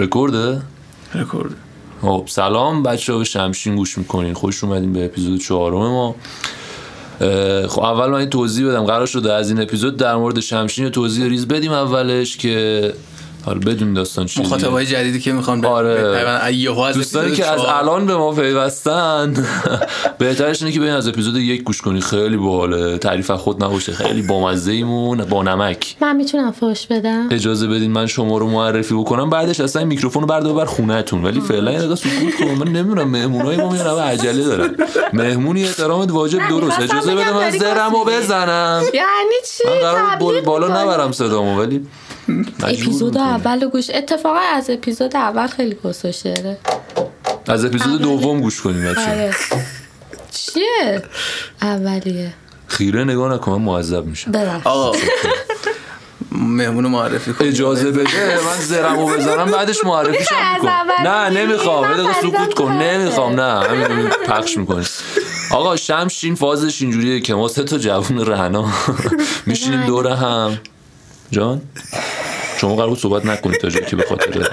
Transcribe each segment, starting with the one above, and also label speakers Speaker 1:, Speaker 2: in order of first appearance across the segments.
Speaker 1: رکورده؟
Speaker 2: رکورد
Speaker 1: خب سلام بچه ها به شمشین گوش میکنین خوش اومدین به اپیزود چهارم ما اه، خب اول من این توضیح بدم قرار شده از این اپیزود در مورد شمشین توضیح ریز بدیم اولش که حالا بدون داستان چیه دیگه.
Speaker 2: مخاطبای جدیدی که میخوان به
Speaker 1: آره.
Speaker 2: به- یهو از
Speaker 1: دوستانی
Speaker 2: اپیزود
Speaker 1: که از
Speaker 2: چهار-
Speaker 1: الان به ما پیوستن بهترش اینه که برین از اپیزود یک گوش کنی خیلی باحاله تعریف از خود نباشه خیلی بامزه ایمون با نمک
Speaker 3: من میتونم فوش بدم
Speaker 1: اجازه بدین من شما رو معرفی بکنم بعدش اصلا این میکروفون رو بردار بر خونهتون ولی فعلا یه دقیقه سکوت کن من نمیدونم مهمونای ما میان همه عجله دارن مهمونی احترامت واجب درست
Speaker 3: می‌خواستم
Speaker 1: اجازه بده
Speaker 3: بگم
Speaker 1: من
Speaker 3: داری
Speaker 1: زرمو
Speaker 3: گاز می‌دی.
Speaker 1: بزنم
Speaker 3: یعنی چی
Speaker 1: من قرار بود بال-
Speaker 3: تبلیغ
Speaker 1: بالا
Speaker 3: می‌کنی؟
Speaker 1: نبرم صدامو ولی مجبور
Speaker 3: اپیزود
Speaker 1: می‌کنی.
Speaker 3: اول رو گوش اتفاقا از اپیزود اول خیلی کسوش داره
Speaker 1: از اپیزود دوم گوش کنیم بچه‌ها
Speaker 3: آره چیه اولیه
Speaker 1: خیره نگاه نکن من معذب میشم
Speaker 3: ببخش
Speaker 2: آقا مهمون رو معرفی کن
Speaker 1: اجازه بده من زرمو بزنم بعدش معرفیشم
Speaker 3: می‌خوای از
Speaker 1: می‌کنم.
Speaker 3: اول
Speaker 1: نه
Speaker 3: بگی؟
Speaker 1: نمیخوام
Speaker 3: من
Speaker 1: یه دقیقه
Speaker 3: پریدم
Speaker 1: سکوت
Speaker 3: تو
Speaker 1: کن
Speaker 3: حرفت.
Speaker 1: نمیخوام نه همین پخش میکنی آقا شمشین فازش اینجوریه که ما سه تا جوون رهنا میشینیم دور هم جان شما قرار بود صحبت نکنید تا جایی که به خاطر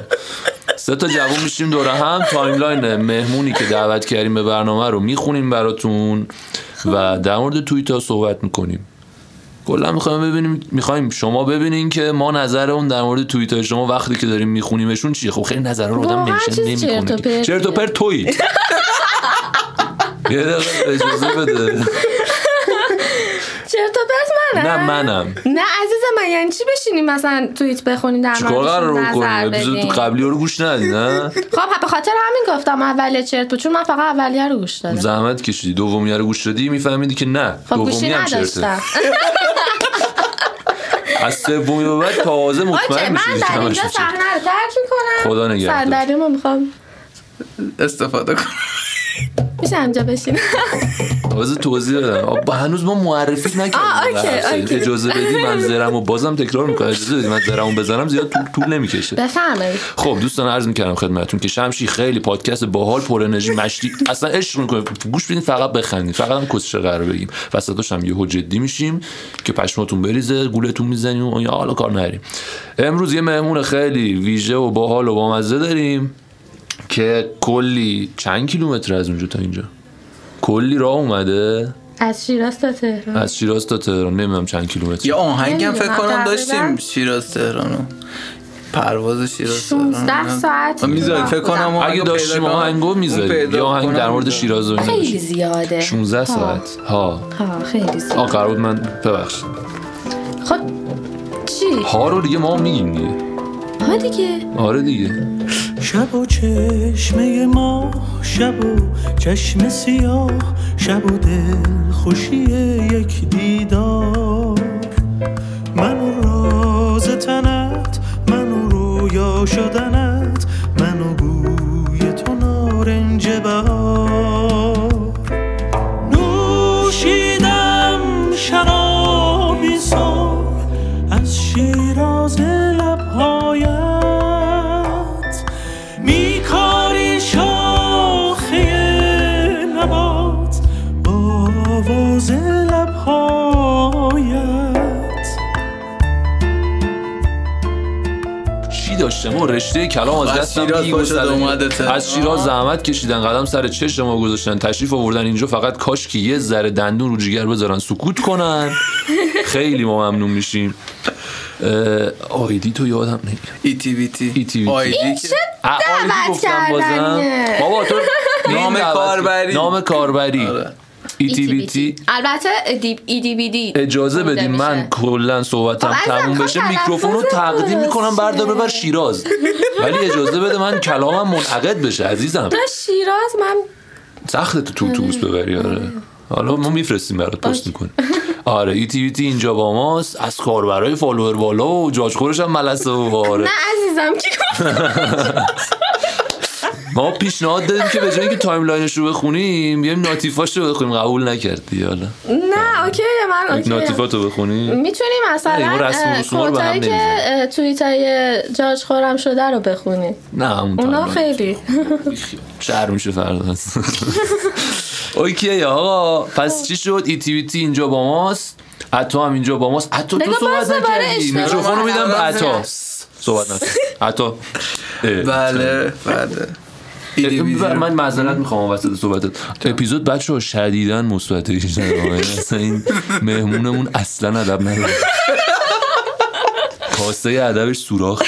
Speaker 1: سه تا جوون میشیم دوره هم تایملاین مهمونی که دعوت کردیم به برنامه رو میخونیم براتون و در مورد توییتا صحبت میکنیم کلا میخوایم ببینیم میخوایم شما ببینین که ما نظر اون در مورد توییت شما وقتی که داریم میخونیمشون چیه خب خیلی نظر رو آدم
Speaker 3: واقعاً
Speaker 1: منشن
Speaker 3: چیز چرت و
Speaker 1: نمیکنه
Speaker 3: پرتیه.
Speaker 1: چرت و پرت تویی یه دقیقه اجازه بده
Speaker 3: چرت و پرت منم
Speaker 1: نه منم
Speaker 3: نه عزیز من یعنی چی بشینیم مثلا توییت بخونیم در
Speaker 1: چیکار
Speaker 3: موردشون
Speaker 1: قرار رو
Speaker 3: نظر
Speaker 1: کنیم اپیزود
Speaker 3: بدیم؟
Speaker 1: قبلی رو گوش ندی نه
Speaker 3: خب به خاطر همین گفتم اولیه چرت بود چون من فقط اولیه رو گوش دادم
Speaker 1: زحمت کشیدی دومی رو گوش دادی میفهمیدی که نه
Speaker 3: خب
Speaker 1: دومی
Speaker 3: گوشی
Speaker 1: هم چرته
Speaker 3: نداشتم
Speaker 1: از سومی به بعد تازه
Speaker 3: آچه
Speaker 1: مطمئن
Speaker 3: من
Speaker 1: میشی
Speaker 3: در اینجا صحنه رو ترک میکنم
Speaker 1: خدا نگهدار.
Speaker 3: صندلیمو میخوام
Speaker 2: استفاده کن
Speaker 3: میشه اینجا بشینم
Speaker 1: تازه توضیح دادم آب- هنوز ما معرفی
Speaker 3: آه،
Speaker 1: نکردیم
Speaker 3: اوکی،
Speaker 1: بحث.
Speaker 3: اوکی.
Speaker 1: اجازه بدی من زرمو بازم تکرار میکنم اجازه بدی من زرمو بزنم زیاد طول, طول نمیکشه
Speaker 3: بفهمید
Speaker 1: خب دوستان عرض میکردم خدمتتون که شمشی خیلی پادکست باحال پر انرژی مشتی اصلا عشق میکنه گوش بدین فقط بخندین فقط هم کسشه قرار بگیم وسطاش هم یهو جدی میشیم که پشماتون بریزه گولتون میزنیم و یا حالا کار نریم امروز یه مهمون خیلی ویژه و باحال و بامزه داریم که کلی چند کیلومتر از اونجا تا اینجا کلی راه اومده
Speaker 3: از شیراز تا تهران
Speaker 1: از شیراز تا تهران نمیدونم چند کیلومتر
Speaker 2: یه آهنگم فکر
Speaker 3: نمی‌دونم،
Speaker 2: کنم
Speaker 3: تقریباً.
Speaker 2: داشتیم شیراز تهرانو پرواز شیراز
Speaker 3: 16 ساعت
Speaker 1: خب،
Speaker 3: خب.
Speaker 2: میذاریم فکر کنم اون
Speaker 1: اگه
Speaker 2: پیدا
Speaker 1: داشتیم
Speaker 2: کنم،
Speaker 1: آهنگو
Speaker 2: اون
Speaker 1: میذاریم
Speaker 2: پیدا
Speaker 1: یا آهنگ در
Speaker 2: کنم
Speaker 1: مورد
Speaker 2: می‌ذارم.
Speaker 1: شیراز و اینا
Speaker 3: خیلی زیاده
Speaker 1: 16
Speaker 3: ها.
Speaker 1: ساعت ها
Speaker 3: ها خیلی
Speaker 1: آ
Speaker 3: زیاده
Speaker 1: قرار بود من ببخشید
Speaker 3: خب چی؟
Speaker 1: ها رو دیگه ما میگیم دیگه
Speaker 3: ها دیگه
Speaker 1: آره دیگه
Speaker 4: شب و چشمه ما شب و چشم سیاه شب و دل خوشی یک دیدار من و راز تنت من و رویا شدنت من و بوی تو نارنج بهار نوشیدم شرابی سر از شیراز لبهایت میکاری شاخه نبات با آواز لبهایت
Speaker 1: چی داشته ما رشته کلام از
Speaker 2: از
Speaker 1: دستم
Speaker 2: شیراز
Speaker 1: می‌گذره.
Speaker 2: باشد اومده تهران.
Speaker 1: از شیراز زحمت کشیدن قدم سر چش ما گذاشتن تشریف آوردن اینجا فقط کاش که یه ذره دندون رو جگر بذارن سکوت کنن خیلی ما ممنون میشیم اه، آیدی تو یادم نمیاد
Speaker 2: ای تی وی تی
Speaker 1: ای تی وی تی.
Speaker 2: آیدی که-
Speaker 1: آ، آیدی
Speaker 3: دعوت
Speaker 1: گفتم بازم
Speaker 3: کردنیه.
Speaker 1: بابا تو
Speaker 2: نام
Speaker 1: دعوت-
Speaker 2: کاربری.
Speaker 1: نام کاربری
Speaker 2: آره.
Speaker 1: ای تی بی تی
Speaker 3: البته ادی- ای دی بی دی
Speaker 1: اجازه
Speaker 3: خونده
Speaker 1: بدین
Speaker 3: میشه.
Speaker 1: من کلا صحبتم
Speaker 3: خب، عزیزم،
Speaker 1: تموم
Speaker 3: خب،
Speaker 1: بشه میکروفون رو
Speaker 3: تلفظ
Speaker 1: تقدیم
Speaker 3: درست
Speaker 1: میکنم بردار
Speaker 3: شه.
Speaker 1: ببر شیراز ولی اجازه بده من کلامم منعقد بشه عزیزم
Speaker 3: تا شیراز من
Speaker 1: سخت تو اتوبوس ببری آره حالا ما میفرستیم برات پست میکنیم آره ای تی وی تی اینجا با ماست از کاربرای فالوور بالا و جاج خورش هم ملسه و آره
Speaker 3: نه عزیزم کی گفت
Speaker 1: ما پیشنهاد دادیم که به جای اینکه تایملاینش رو بخونیم بیایم ناتیفاش رو بخونیم قبول نکردی حالا
Speaker 3: نه اوکی من اوکی
Speaker 1: ناتیفات رو بخونیم
Speaker 3: میتونیم
Speaker 1: نه،
Speaker 3: مثلا
Speaker 1: اینا رسم و
Speaker 3: اه،
Speaker 1: رسوم‌ها رو به هم
Speaker 3: کتایی که
Speaker 1: نمیزنن.
Speaker 3: اه، توییتای جاج خورم شده رو بخونیم
Speaker 1: نه همون
Speaker 3: اونا
Speaker 1: تایملاین.
Speaker 3: خیلی
Speaker 1: شهر میشه فردا اوکی آقا پس چی شد ای تی وی تی اینجا با ماست عطا هم اینجا با ماست عطا تو
Speaker 3: نگاه، باز
Speaker 1: صحبت
Speaker 3: دوباره
Speaker 1: نکردی
Speaker 3: اشتباه
Speaker 1: میکروفون رو میدم به
Speaker 2: کردم.
Speaker 1: عطا صحبت نکن عطا اه.
Speaker 2: بله بله E EDVD
Speaker 1: ب-
Speaker 2: رو.
Speaker 1: من معذرت میخوام وسط صحبتت اپیزود بچه ها شدیدن مثبت ایش ندارم. اصلا این مهمونمون اصلا ادب نداره کاسه ادبش سوراخه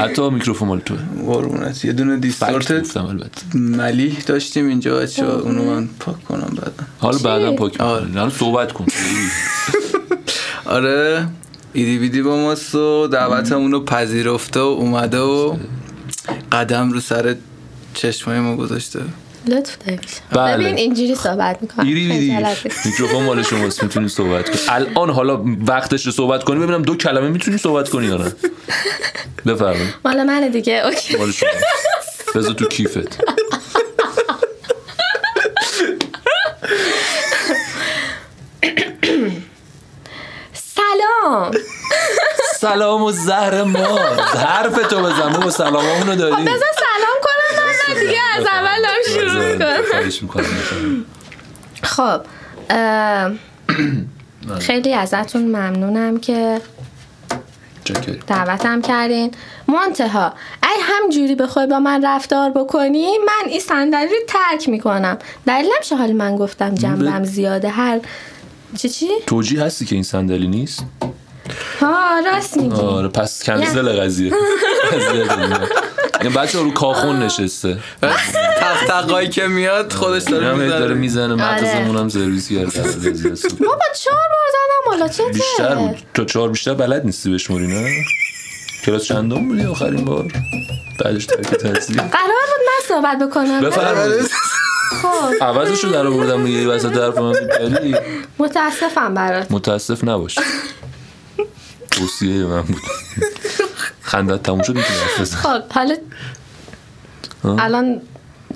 Speaker 1: حتی میکروفون مال توه
Speaker 2: قربونت یه دونه
Speaker 1: فکت
Speaker 2: دیستورت
Speaker 1: گفتم البته
Speaker 2: ملیح داشتیم اینجا بچه ها. اونو من پاک کنم بعدا
Speaker 1: حالا
Speaker 3: چی؟
Speaker 1: بعدا پاک
Speaker 2: آره.
Speaker 1: الان صحبت کن
Speaker 2: آره ایدی بیدی با ماست و دعوتمون رو پذیرفته و اومده و قدم رو سر چشمای ما گذاشته
Speaker 3: لطف دارید
Speaker 1: بله.
Speaker 3: ببین اینجوری صحبت میکنم
Speaker 1: ایری بیدی میکروفون مال شماست میتونی صحبت کنی الان حالا وقتش رو صحبت کنی ببینم دو کلمه میتونی صحبت کنی یا نه بفرمایید
Speaker 3: مال منه دیگه اوکی
Speaker 1: مال شما بذار تو کیفت
Speaker 3: سلام
Speaker 1: سلام و زهر ما حرف تو بزن ما با سلام اونو داریم
Speaker 3: خب، بذار سلام کنم من من دیگه از اول دارم شروع میکنم
Speaker 1: خواهش میکنم
Speaker 3: خب ام،
Speaker 1: بله.
Speaker 3: خیلی ازتون ممنونم که دعوتم کردین منتها ای همجوری بخوای با من رفتار بکنی من این صندلی رو ترک میکنم دلیلم چه حال من گفتم جنبم زیاده هر چی چی؟
Speaker 1: توجیه هستی که این صندلی نیست
Speaker 3: ها راست میگی
Speaker 1: آره پس کنسل قضیه قضیه دنیا. این بچه رو کاخون نشسته
Speaker 2: تق تقایی که میاد خودش
Speaker 1: این
Speaker 2: داره
Speaker 1: هم هی داره
Speaker 2: میزنه
Speaker 1: میزنه
Speaker 3: آره.
Speaker 1: مغزمون هم سرویس کرده
Speaker 3: بابا چهار بار زدم حالا چته
Speaker 1: بیشتر بود تو چهار بیشتر بلد نیستی بشموری نه کلاس چندم بودی آخرین بار بعدش ترک تحصیل
Speaker 3: قرار بود من صحبت بکنم
Speaker 1: بفرمایید
Speaker 3: خب
Speaker 1: عوضش رو در آوردم دیگه وسط حرف من ولی
Speaker 3: متاسفم برات
Speaker 1: متاسف نباش توصیه من بود خندت تموم شد میتونی حرف بزن
Speaker 3: خب حالا الان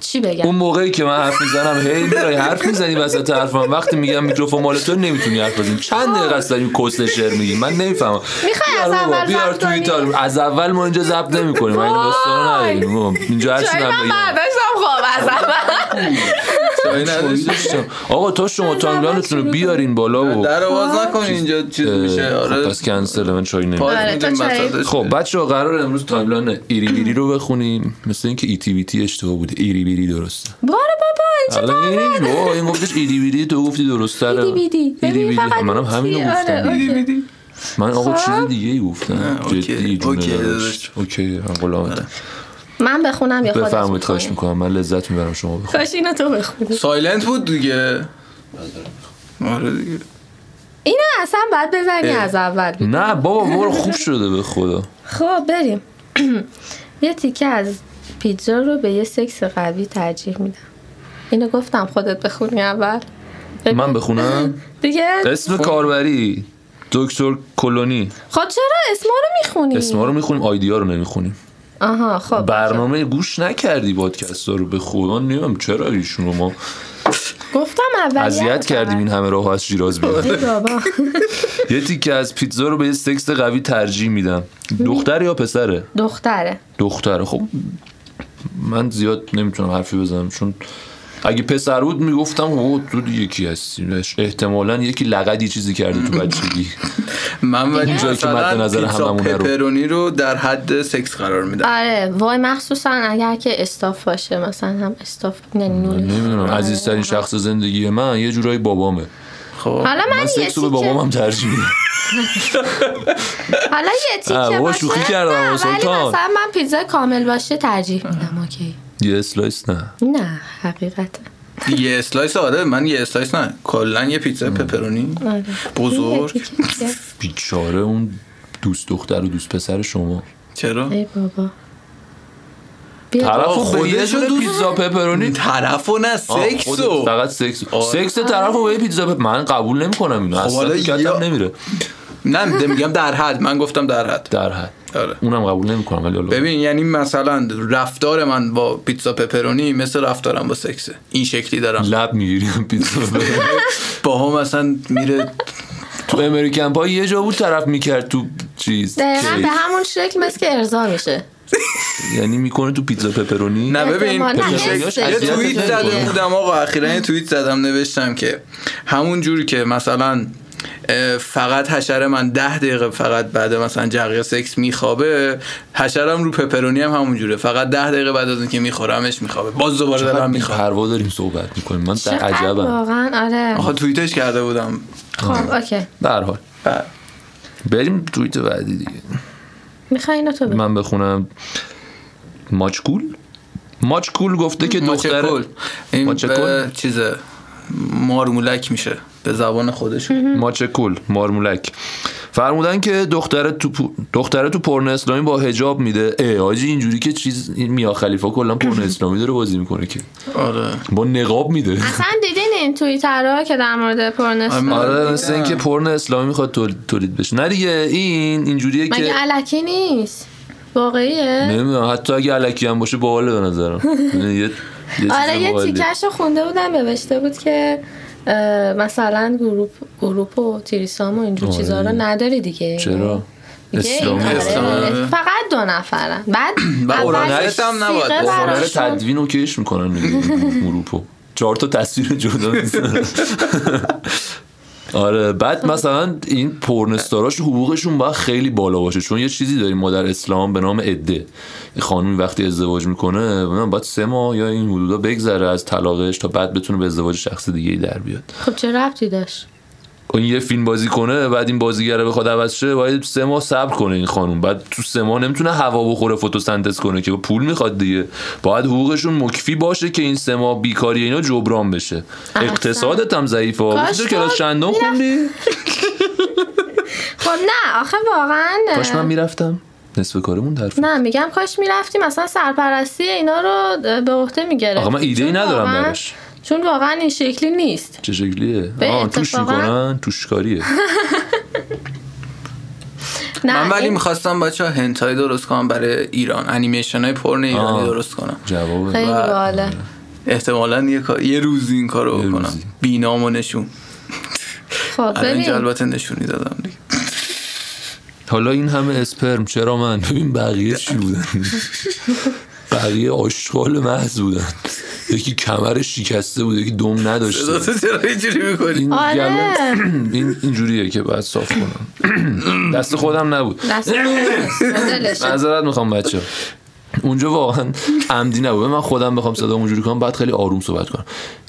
Speaker 3: چی بگم
Speaker 1: اون موقعی که من حرف میزنم هی میای حرف میزنی وسط حرفم وقتی میگم میکروفون مال تو نمیتونی حرف بزنی چند دقیقه است داریم کسل شعر میگی من نمیفهمم
Speaker 3: می‌خوای از اول
Speaker 1: بیار
Speaker 3: ضبط کنی؟
Speaker 1: توییتر از اول ما اینجا ضبط نمی‌کنیم این داستان نداریم بابا، اینجا هر چی
Speaker 3: جایی
Speaker 1: من
Speaker 3: من
Speaker 1: بگم
Speaker 3: برداشتم خب از اول
Speaker 2: جایی نداشت.
Speaker 1: آقا تا شما تایملاینتون رو بیارین بالا و
Speaker 2: در آواز نکن اینجا چیز میشه
Speaker 1: خب
Speaker 2: آره
Speaker 1: پس کنسل من چای نمی‌خورم.
Speaker 2: پاک
Speaker 3: آره،
Speaker 2: می‌دیم
Speaker 3: تو چایی.
Speaker 2: وسطش.
Speaker 1: خب بچه ها قرار امروز تایملاین ایری بیری رو بخونیم مثل اینکه E ایتی بیتی اشتباه بوده ایری بیری درسته
Speaker 3: باره بابا این
Speaker 1: حالا این بابا این گفتش ایری بیری تو گفتی درسته
Speaker 3: ایری بیری.
Speaker 1: ایری
Speaker 3: ببین
Speaker 1: بیری
Speaker 3: فقط
Speaker 1: خب، منم
Speaker 3: چی؟
Speaker 1: همینو
Speaker 3: آره،
Speaker 1: گفتم
Speaker 3: آره.
Speaker 1: دیگه.
Speaker 2: ایدی بیدی.
Speaker 1: من آقا
Speaker 3: خب.
Speaker 1: چیز دیگه ای گفتم
Speaker 2: اوکی،
Speaker 1: جدی جونه
Speaker 2: اوکی، آره.
Speaker 1: نداشت اوکی من قلامت
Speaker 3: من بخونم یا خودت
Speaker 1: بفرمایید خواهش
Speaker 3: بخونی؟
Speaker 1: میکنم من لذت میبرم شما بخونید
Speaker 3: کاش اینو تو بخونی
Speaker 2: سایلنت بود دیگه آره دیگه
Speaker 3: اینو اصلا باید بزنی
Speaker 2: اه.
Speaker 3: از اول
Speaker 1: نه بابا برو خوب شده به خدا
Speaker 3: خب بریم یه تیکه از پیتزا رو به یه سکس قوی ترجیح میدم اینو گفتم خودت بخونی اول
Speaker 1: من بخونم
Speaker 3: دیگه
Speaker 1: اسم کاربری دکتر کلونی
Speaker 3: خب چرا اسما رو میخونی
Speaker 1: اسما رو میخونیم آیدیا رو نمیخونیم
Speaker 3: آها خب
Speaker 1: برنامه گوش نکردی پادکست رو به خدا نمیم چرا ایشون رو ما
Speaker 3: گفتم اول
Speaker 1: اذیت کردیم این همه راه از شیراز بیاد
Speaker 3: بابا
Speaker 1: یه تیکه از پیتزا رو به یه سکس قوی ترجیح میدم دختر یا پسره
Speaker 3: دختره
Speaker 1: دختره خب من زیاد نمیتونم حرفی بزنم چون اگه پسر بود میگفتم او تو دیگه کی هستی احتمالا یکی لقدی چیزی کرده تو بچگی
Speaker 2: من ولی
Speaker 1: جایی که مد
Speaker 2: مثلا
Speaker 1: نظر
Speaker 2: پیتزا
Speaker 1: هممونه رو.
Speaker 2: پپرونی رو در حد سکس قرار میدم
Speaker 3: آره وای مخصوصا اگر که استاف باشه مثلا هم استاف یعنی نون
Speaker 1: نمیدونم عزیزترین شخص زندگی من یه جورایی بابامه
Speaker 2: خب
Speaker 3: آره. حالا من,
Speaker 1: من
Speaker 3: یه
Speaker 1: سکس رو
Speaker 3: تیکه
Speaker 1: به بابامم ترجیح میدم
Speaker 3: حالا یه تیکه
Speaker 1: آه، بابا
Speaker 3: باشه.
Speaker 1: شوخی کردم،
Speaker 3: نه، ولی
Speaker 1: سلطان.
Speaker 3: مثلا من پیتزا کامل باشه ترجیح میدم اوکی
Speaker 1: یه اسلایس نه
Speaker 3: نه حقیقت
Speaker 2: یه اسلایس آره من یه اسلایس نه کلا یه پیتزا پپرونی بزرگ
Speaker 1: بیچاره اون دوست دختر و دوست پسر شما
Speaker 2: چرا
Speaker 3: ای بابا بیا.
Speaker 1: طرف
Speaker 2: خودش
Speaker 1: به یه دونه
Speaker 2: رو-
Speaker 1: پیتزا پپرونی
Speaker 2: طرفو نه
Speaker 1: آه،
Speaker 2: سکس
Speaker 1: خودت
Speaker 2: و
Speaker 1: فقط سکس
Speaker 2: آره. خب،
Speaker 1: سکس طرف رو به یه پیتزا پپ- من قبول نمیکنم اینو
Speaker 2: حالا
Speaker 1: اصلا
Speaker 2: یا-
Speaker 1: کتم نمیره
Speaker 2: نه ده- میگم در حد من گفتم در حد
Speaker 1: در حد
Speaker 2: آره
Speaker 1: اونم قبول نمیکنم ولی حالا
Speaker 2: ببین یعنی مثلا رفتار من با پیتزا پپرونی مثل رفتارم با سکسه این شکلی دارم
Speaker 1: لب میگیریم پیتزا بپرونی.
Speaker 2: با هم مثلا میره
Speaker 1: تو امریکن پای یه جا بود طرف میکرد تو چیز
Speaker 3: دقیقا
Speaker 1: کیک.
Speaker 3: به همون شکل مثل که ارضا میشه
Speaker 1: یعنی میکنه تو پیتزا پپرونی
Speaker 2: نه ببین
Speaker 3: احتمالاً
Speaker 2: یه شکل-
Speaker 1: حسش
Speaker 2: یه
Speaker 1: اذیتت
Speaker 2: توییت
Speaker 1: نمی‌کنه.
Speaker 2: زده بودم آقا اخیرا یه توییت زدم نوشتم که همون جوری که مثلا اه، فقط حشر من ده دقیقه فقط بعد مثلا جرقه سکس میخوابه حشرم رو پپرونی هم همونجوره فقط ده دقیقه بعد از اینکه میخورمش میخوابه باز دوباره
Speaker 1: چقدر
Speaker 2: دارم میخوام
Speaker 1: بی‌پروا داریم صحبت میکنیم من در
Speaker 3: چقدر
Speaker 1: عجبم
Speaker 3: واقعا آره
Speaker 2: آخه توییتش کرده بودم
Speaker 3: خب اوکی
Speaker 1: به هر حال
Speaker 2: بله.
Speaker 1: بریم توییت بعدی دیگه
Speaker 3: میخوای اینو تو بگو
Speaker 1: من بخونم ماچکول ماچکول گفته که دختر
Speaker 2: ماچکل این
Speaker 1: ماچکل؟
Speaker 2: به چیزه مارمولک میشه به زبان خودش
Speaker 1: ماچکول مارمولک فرمودن که دختره تو پو- دختره تو پرن اسلامی با حجاب میده ای حاجی اینجوری که چیز این میا خلیفه کلا پرن اسلامی داره بازی میکنه که
Speaker 2: آره
Speaker 1: با نقاب میده
Speaker 3: اصلا دیدین این توییترها که در مورد پرنس
Speaker 2: آره،
Speaker 1: آره
Speaker 2: دیدم.
Speaker 1: مثل اینکه پرن اسلامی میخواد تول- تولید بشه نه دیگه این اینجوریه
Speaker 3: مگه
Speaker 1: که
Speaker 3: علکی نیست واقعیه
Speaker 1: نمیدونم حتی اگه علکی هم باشه باحاله به نظرم یه- یه چیز
Speaker 3: آره یه
Speaker 1: باحالیه.
Speaker 3: تیکش رو خونده بودم نوشته بود که اه، مثلا گروپ گروپ و تریسام و اینجور
Speaker 1: آره.
Speaker 3: چیزا رو نداری دیگه
Speaker 1: چرا
Speaker 3: دیگه این
Speaker 1: اسلامی
Speaker 3: آره،
Speaker 2: اسلامی.
Speaker 3: فقط دو نفرن بعد
Speaker 2: و
Speaker 3: اول
Speaker 2: اورانگست هم
Speaker 3: سیغه
Speaker 2: نباید باشه.
Speaker 1: هنر
Speaker 3: براشون-
Speaker 1: تدوین رو کش میکنن دیگه، گروپو چهار تا تصویر جدا می‌زنن. آره بعد مثلا این پرنستاراش حقوقشون باید خیلی بالا باشه چون یه چیزی داریم ما در اسلام به نام عده یه خانمی وقتی ازدواج میکنه باید سه ماه یا این حدودا بگذره از طلاقش تا بعد بتونه به ازدواج شخص دیگه در بیاد
Speaker 3: خب چه ربطی داشت
Speaker 1: این یه فیلم بازی کنه بعد این بازیگره بخواد عوض شه باید سه ماه صبر کنه این خانم بعد تو سه ماه نمیتونه هوا بخوره فتوسنتز کنه که پول میخواد دیگه باید حقوقشون مکفی باشه که این سه ماه بیکاری اینا جبران بشه
Speaker 3: احسن.
Speaker 1: اقتصادت هم ضعیفه
Speaker 3: کاش
Speaker 1: میشه کلاس
Speaker 3: تو
Speaker 1: چندم خوندی
Speaker 3: خب نه آخه واقعا
Speaker 1: کاش من میرفتم نصف کارمون در فی-
Speaker 3: نه میگم کاش میرفتی مثلا سرپرستی اینا رو به عهده میگرفت
Speaker 1: آقا من ایده ای ندارم براش
Speaker 3: چون واقعا این شکلی نیست
Speaker 1: چه شکلیه
Speaker 3: به
Speaker 1: آه توش
Speaker 3: اتفاقا-
Speaker 1: میکنن توشکاریه
Speaker 3: نه
Speaker 2: من ولی
Speaker 3: این-
Speaker 2: میخواستم بچه ها هنتای درست کنم برای ایران انیمیشن های پرن ایرانی
Speaker 1: آه.
Speaker 2: درست کنم
Speaker 1: جواب
Speaker 3: خیلی
Speaker 2: و-
Speaker 3: باله
Speaker 2: احتمالا یه, کار... یه روز این کار رو
Speaker 1: یه
Speaker 2: بکنم
Speaker 1: روزی.
Speaker 2: بینام و نشون
Speaker 3: خب
Speaker 2: الان
Speaker 3: ببین
Speaker 2: البته نشونی دادم دیگه
Speaker 1: حالا این همه اسپرم چرا من ببین بقیه چی بودن بقیه آشغال محض بودن یکی کمر شکسته بود یکی دم نداشته
Speaker 2: صدا چرا اینجوری میکنی
Speaker 1: این
Speaker 3: آره.
Speaker 1: گلو- این اینجوریه که باید صاف کنم دست خودم نبود
Speaker 3: دست مدلش.
Speaker 1: معذرت میخوام بچه اونجا واقعا عمدی نبود من خودم بخوام صدا اونجوری کنم بعد خیلی آروم صحبت کنم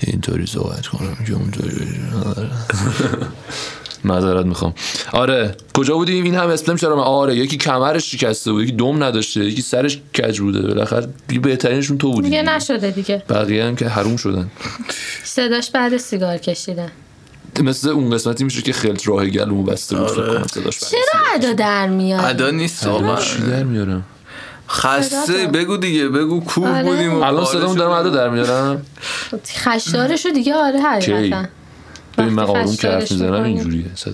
Speaker 1: اینطوری صحبت کنم که اونطوری آره. معذرت میخوام آره کجا بودیم این هم اسپلم چرا من آره یکی کمرش شکسته بود یکی دم نداشته یکی سرش کج بوده بالاخره بی بهترینشون تو بودی
Speaker 3: دیگه نشده دیگه
Speaker 1: بقیه هم که حروم شدن
Speaker 3: صداش بعد سیگار کشیدن
Speaker 1: مثل اون قسمتی میشه که خیلی راه گلومو بسته بود فکر کنم صداش بند.
Speaker 3: چرا ادا در میاد
Speaker 2: ادا نیست واقعا
Speaker 1: چی در میارم
Speaker 2: خسته
Speaker 3: صدا تو.
Speaker 2: بگو دیگه بگو کوه
Speaker 3: آره.
Speaker 2: بودیم و
Speaker 1: الان صدامو دارم ادا
Speaker 2: پاره شدیم.
Speaker 1: در میارم
Speaker 3: خب، خشدارشو دیگه آره حقیقتا
Speaker 1: کی؟ ببین من
Speaker 3: وقتی
Speaker 1: آروم که حرف
Speaker 3: خشدارش
Speaker 1: میزنم
Speaker 3: می‌کنی.
Speaker 1: اینجوریه صدا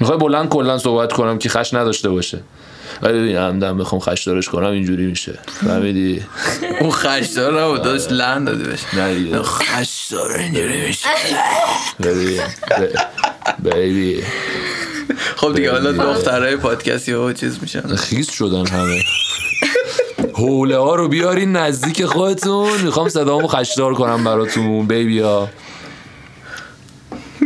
Speaker 1: میخوای بلند کلا صحبت کنم که خش نداشته باشه ولی ببین همدم بخوام خش دارش کنم اینجوری میشه فهمیدی
Speaker 2: اون خشدار نبود داشت لحن داده بهش
Speaker 1: نه دیگه.
Speaker 2: خشدار اینجوری میشه
Speaker 1: ببین. ب- بیبی
Speaker 2: خب دیگه حالا
Speaker 1: بله.
Speaker 2: دخترهای پادکست یهو چیز میشن
Speaker 1: خیس شدن همه حوله ها رو بیارین نزدیک خودتون میخوام صدامو خشدار کنم براتون بیبی ها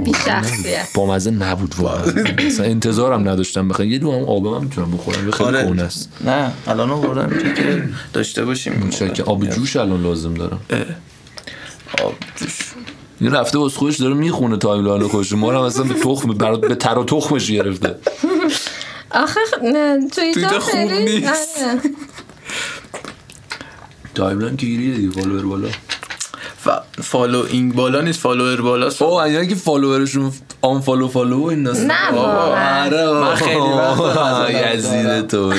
Speaker 3: بی شخصیت
Speaker 1: بامزه نبود واقعا اصلا انتظارم نداشتم بخیر یه دو هم آب من میتونم بخورم یه خیلی
Speaker 2: آره.
Speaker 1: کهنه است
Speaker 2: نه الان آوردم اینجا که داشته باشیم
Speaker 1: که آب جوش الان لازم دارم
Speaker 2: آب جوش.
Speaker 1: این رفته واسه خودش داره میخونه تایملاین خودش ما رو هم اصلا به تخم برات به تر و تخمش گرفته
Speaker 3: آخه خ- نه، توییتر
Speaker 2: توییتر خوب
Speaker 3: خیلی
Speaker 2: نیست.
Speaker 3: آره.
Speaker 1: تایملاین که گیریه دیگه فالوور بالا
Speaker 2: ف- فالوینگ بالا نیست فالوور بالا
Speaker 1: او اینا که فالوورشون آن فالو فالو و این ناس
Speaker 3: نه واقعا.
Speaker 2: من خیلی وقت غذا
Speaker 1: یزید تو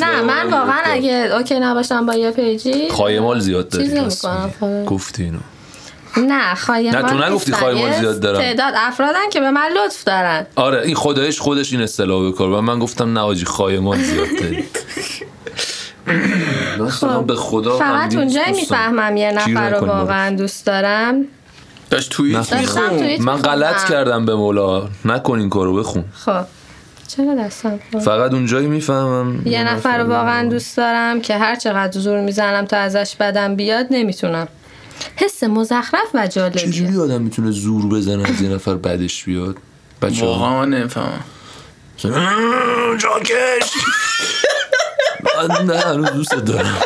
Speaker 3: نه من واقعا
Speaker 2: آره.
Speaker 3: اگه اوکی نباشم با یه پیجی
Speaker 1: خایمال زیاد داری
Speaker 3: چیز نمی‌کنم،
Speaker 1: راست میگی.
Speaker 3: فالوور.
Speaker 1: گفتی اینو
Speaker 3: نه
Speaker 1: نه،
Speaker 3: خایمال
Speaker 1: تو نگفتی
Speaker 3: نیستن.
Speaker 1: خایمال
Speaker 3: یه
Speaker 1: زیاد دارم.
Speaker 3: تعداد افرادن که به من لطف دارن
Speaker 1: آره این خدایش خودش این اصطلاح به کار برد. من گفتم نه آجی خایمان زیاد داری من اصلا به خدا
Speaker 3: خب، فقط
Speaker 1: همدین
Speaker 3: اونجایی
Speaker 1: دوستم.
Speaker 3: میفهمم یه
Speaker 1: کیر
Speaker 3: نفر رو
Speaker 1: نکنی بابا.
Speaker 3: واقعا دوست دارم
Speaker 2: داشت توییت
Speaker 1: نخون.
Speaker 3: داشتم
Speaker 2: میخون
Speaker 3: توییت
Speaker 1: من غلط
Speaker 3: می‌خوندم.
Speaker 1: کردم به مولا نکن این کارو بخون
Speaker 3: خب چرا دستم خورد؟
Speaker 1: فقط اونجایی میفهمم
Speaker 3: یه نفر رو واقعا دوست دارم که هر چقدر زور میزنم تا ازش بدم بیاد نمیتونم حس مزخرف و جالبیه
Speaker 1: چجوری آدم میتونه زور بزنه از یه نفر بدش بیاد بچه
Speaker 2: واقعا من نمیفهمم
Speaker 1: جاکش من نه هنوز دوست دارم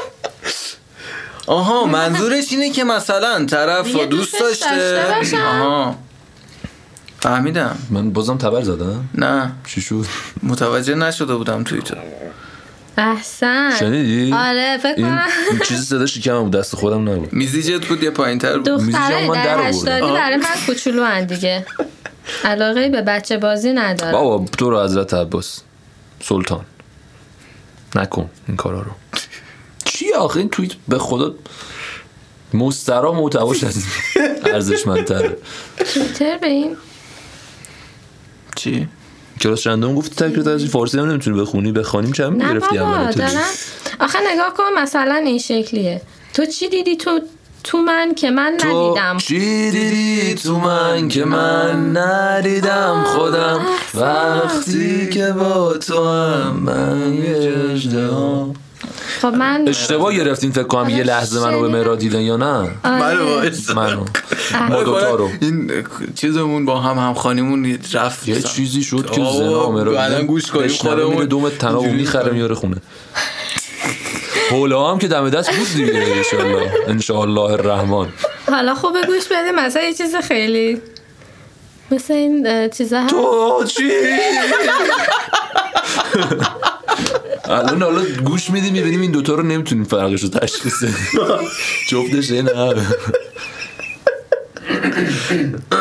Speaker 2: آها منظورش اینه که مثلا طرف
Speaker 3: دیگه
Speaker 2: دوست
Speaker 3: دوستش داشته
Speaker 2: داشته
Speaker 3: باشم.
Speaker 2: آها فهمیدم
Speaker 1: من بازم تبر زدم
Speaker 2: نه
Speaker 1: چی شد
Speaker 3: آره.
Speaker 2: متوجه نشده بودم توی تو
Speaker 3: احسن
Speaker 1: شنیدی
Speaker 3: آره فکر
Speaker 1: این
Speaker 3: کنم
Speaker 1: این چیزی صدا شکمم بود دست خودم نبود
Speaker 2: میزیجت بود یه پایین تر بود
Speaker 1: میزی
Speaker 3: دختره
Speaker 1: جان من در
Speaker 3: در
Speaker 1: آوردم.
Speaker 3: هشتادی برای من کوچولو هن دیگه علاقه به بچه بازی نداره
Speaker 1: بابا تو رو حضرت عباس سلطان نکن این کارا رو چی آخه این توییت به خدا مسترا معتباش از این ارزشمندتره
Speaker 3: تویتر به این
Speaker 2: چی؟
Speaker 1: کلاس چندم گفتی تکرار از این فارسی هم نمیتونی بخونی بخوانیم چه هم
Speaker 3: نه
Speaker 1: گرفتی
Speaker 3: بابا
Speaker 1: هم
Speaker 3: دارم آخه نگاه کن مثلا این شکلیه تو چی دیدی تو تو من که من
Speaker 1: تو
Speaker 3: ندیدم
Speaker 1: چی دیدی تو من که من ندیدم خودم وقتی که با تو هم من یه اژدها.
Speaker 3: خب من
Speaker 1: اشتباه گرفتین فکر کنم یه لحظه منو به مهراد دیدن یا نه
Speaker 3: آره.
Speaker 2: منو باعث
Speaker 1: منو ما دوتا رو
Speaker 2: بله، این چیزمون با هم همخانیمون رفت
Speaker 1: یه چیزی شد که
Speaker 2: آه،
Speaker 1: زنا مرا
Speaker 2: بعدا گوش کنیم خودمون.
Speaker 1: خودمون دوم تناب
Speaker 2: اینجوری
Speaker 1: میخره
Speaker 2: می‌کنیم.
Speaker 1: میاره خونه هولا هم که دم دست بود دیگه انشالله انشالله الرحمن
Speaker 3: حالا خوبه گوش بده مثلا یه چیز خیلی مثل این اه، چیزا هست
Speaker 1: تو چی الان حالا گوش میدیم میبینیم این دوتا رو نمیتونیم فرقش رو تشخیص بدیم جفتش یه نه چرا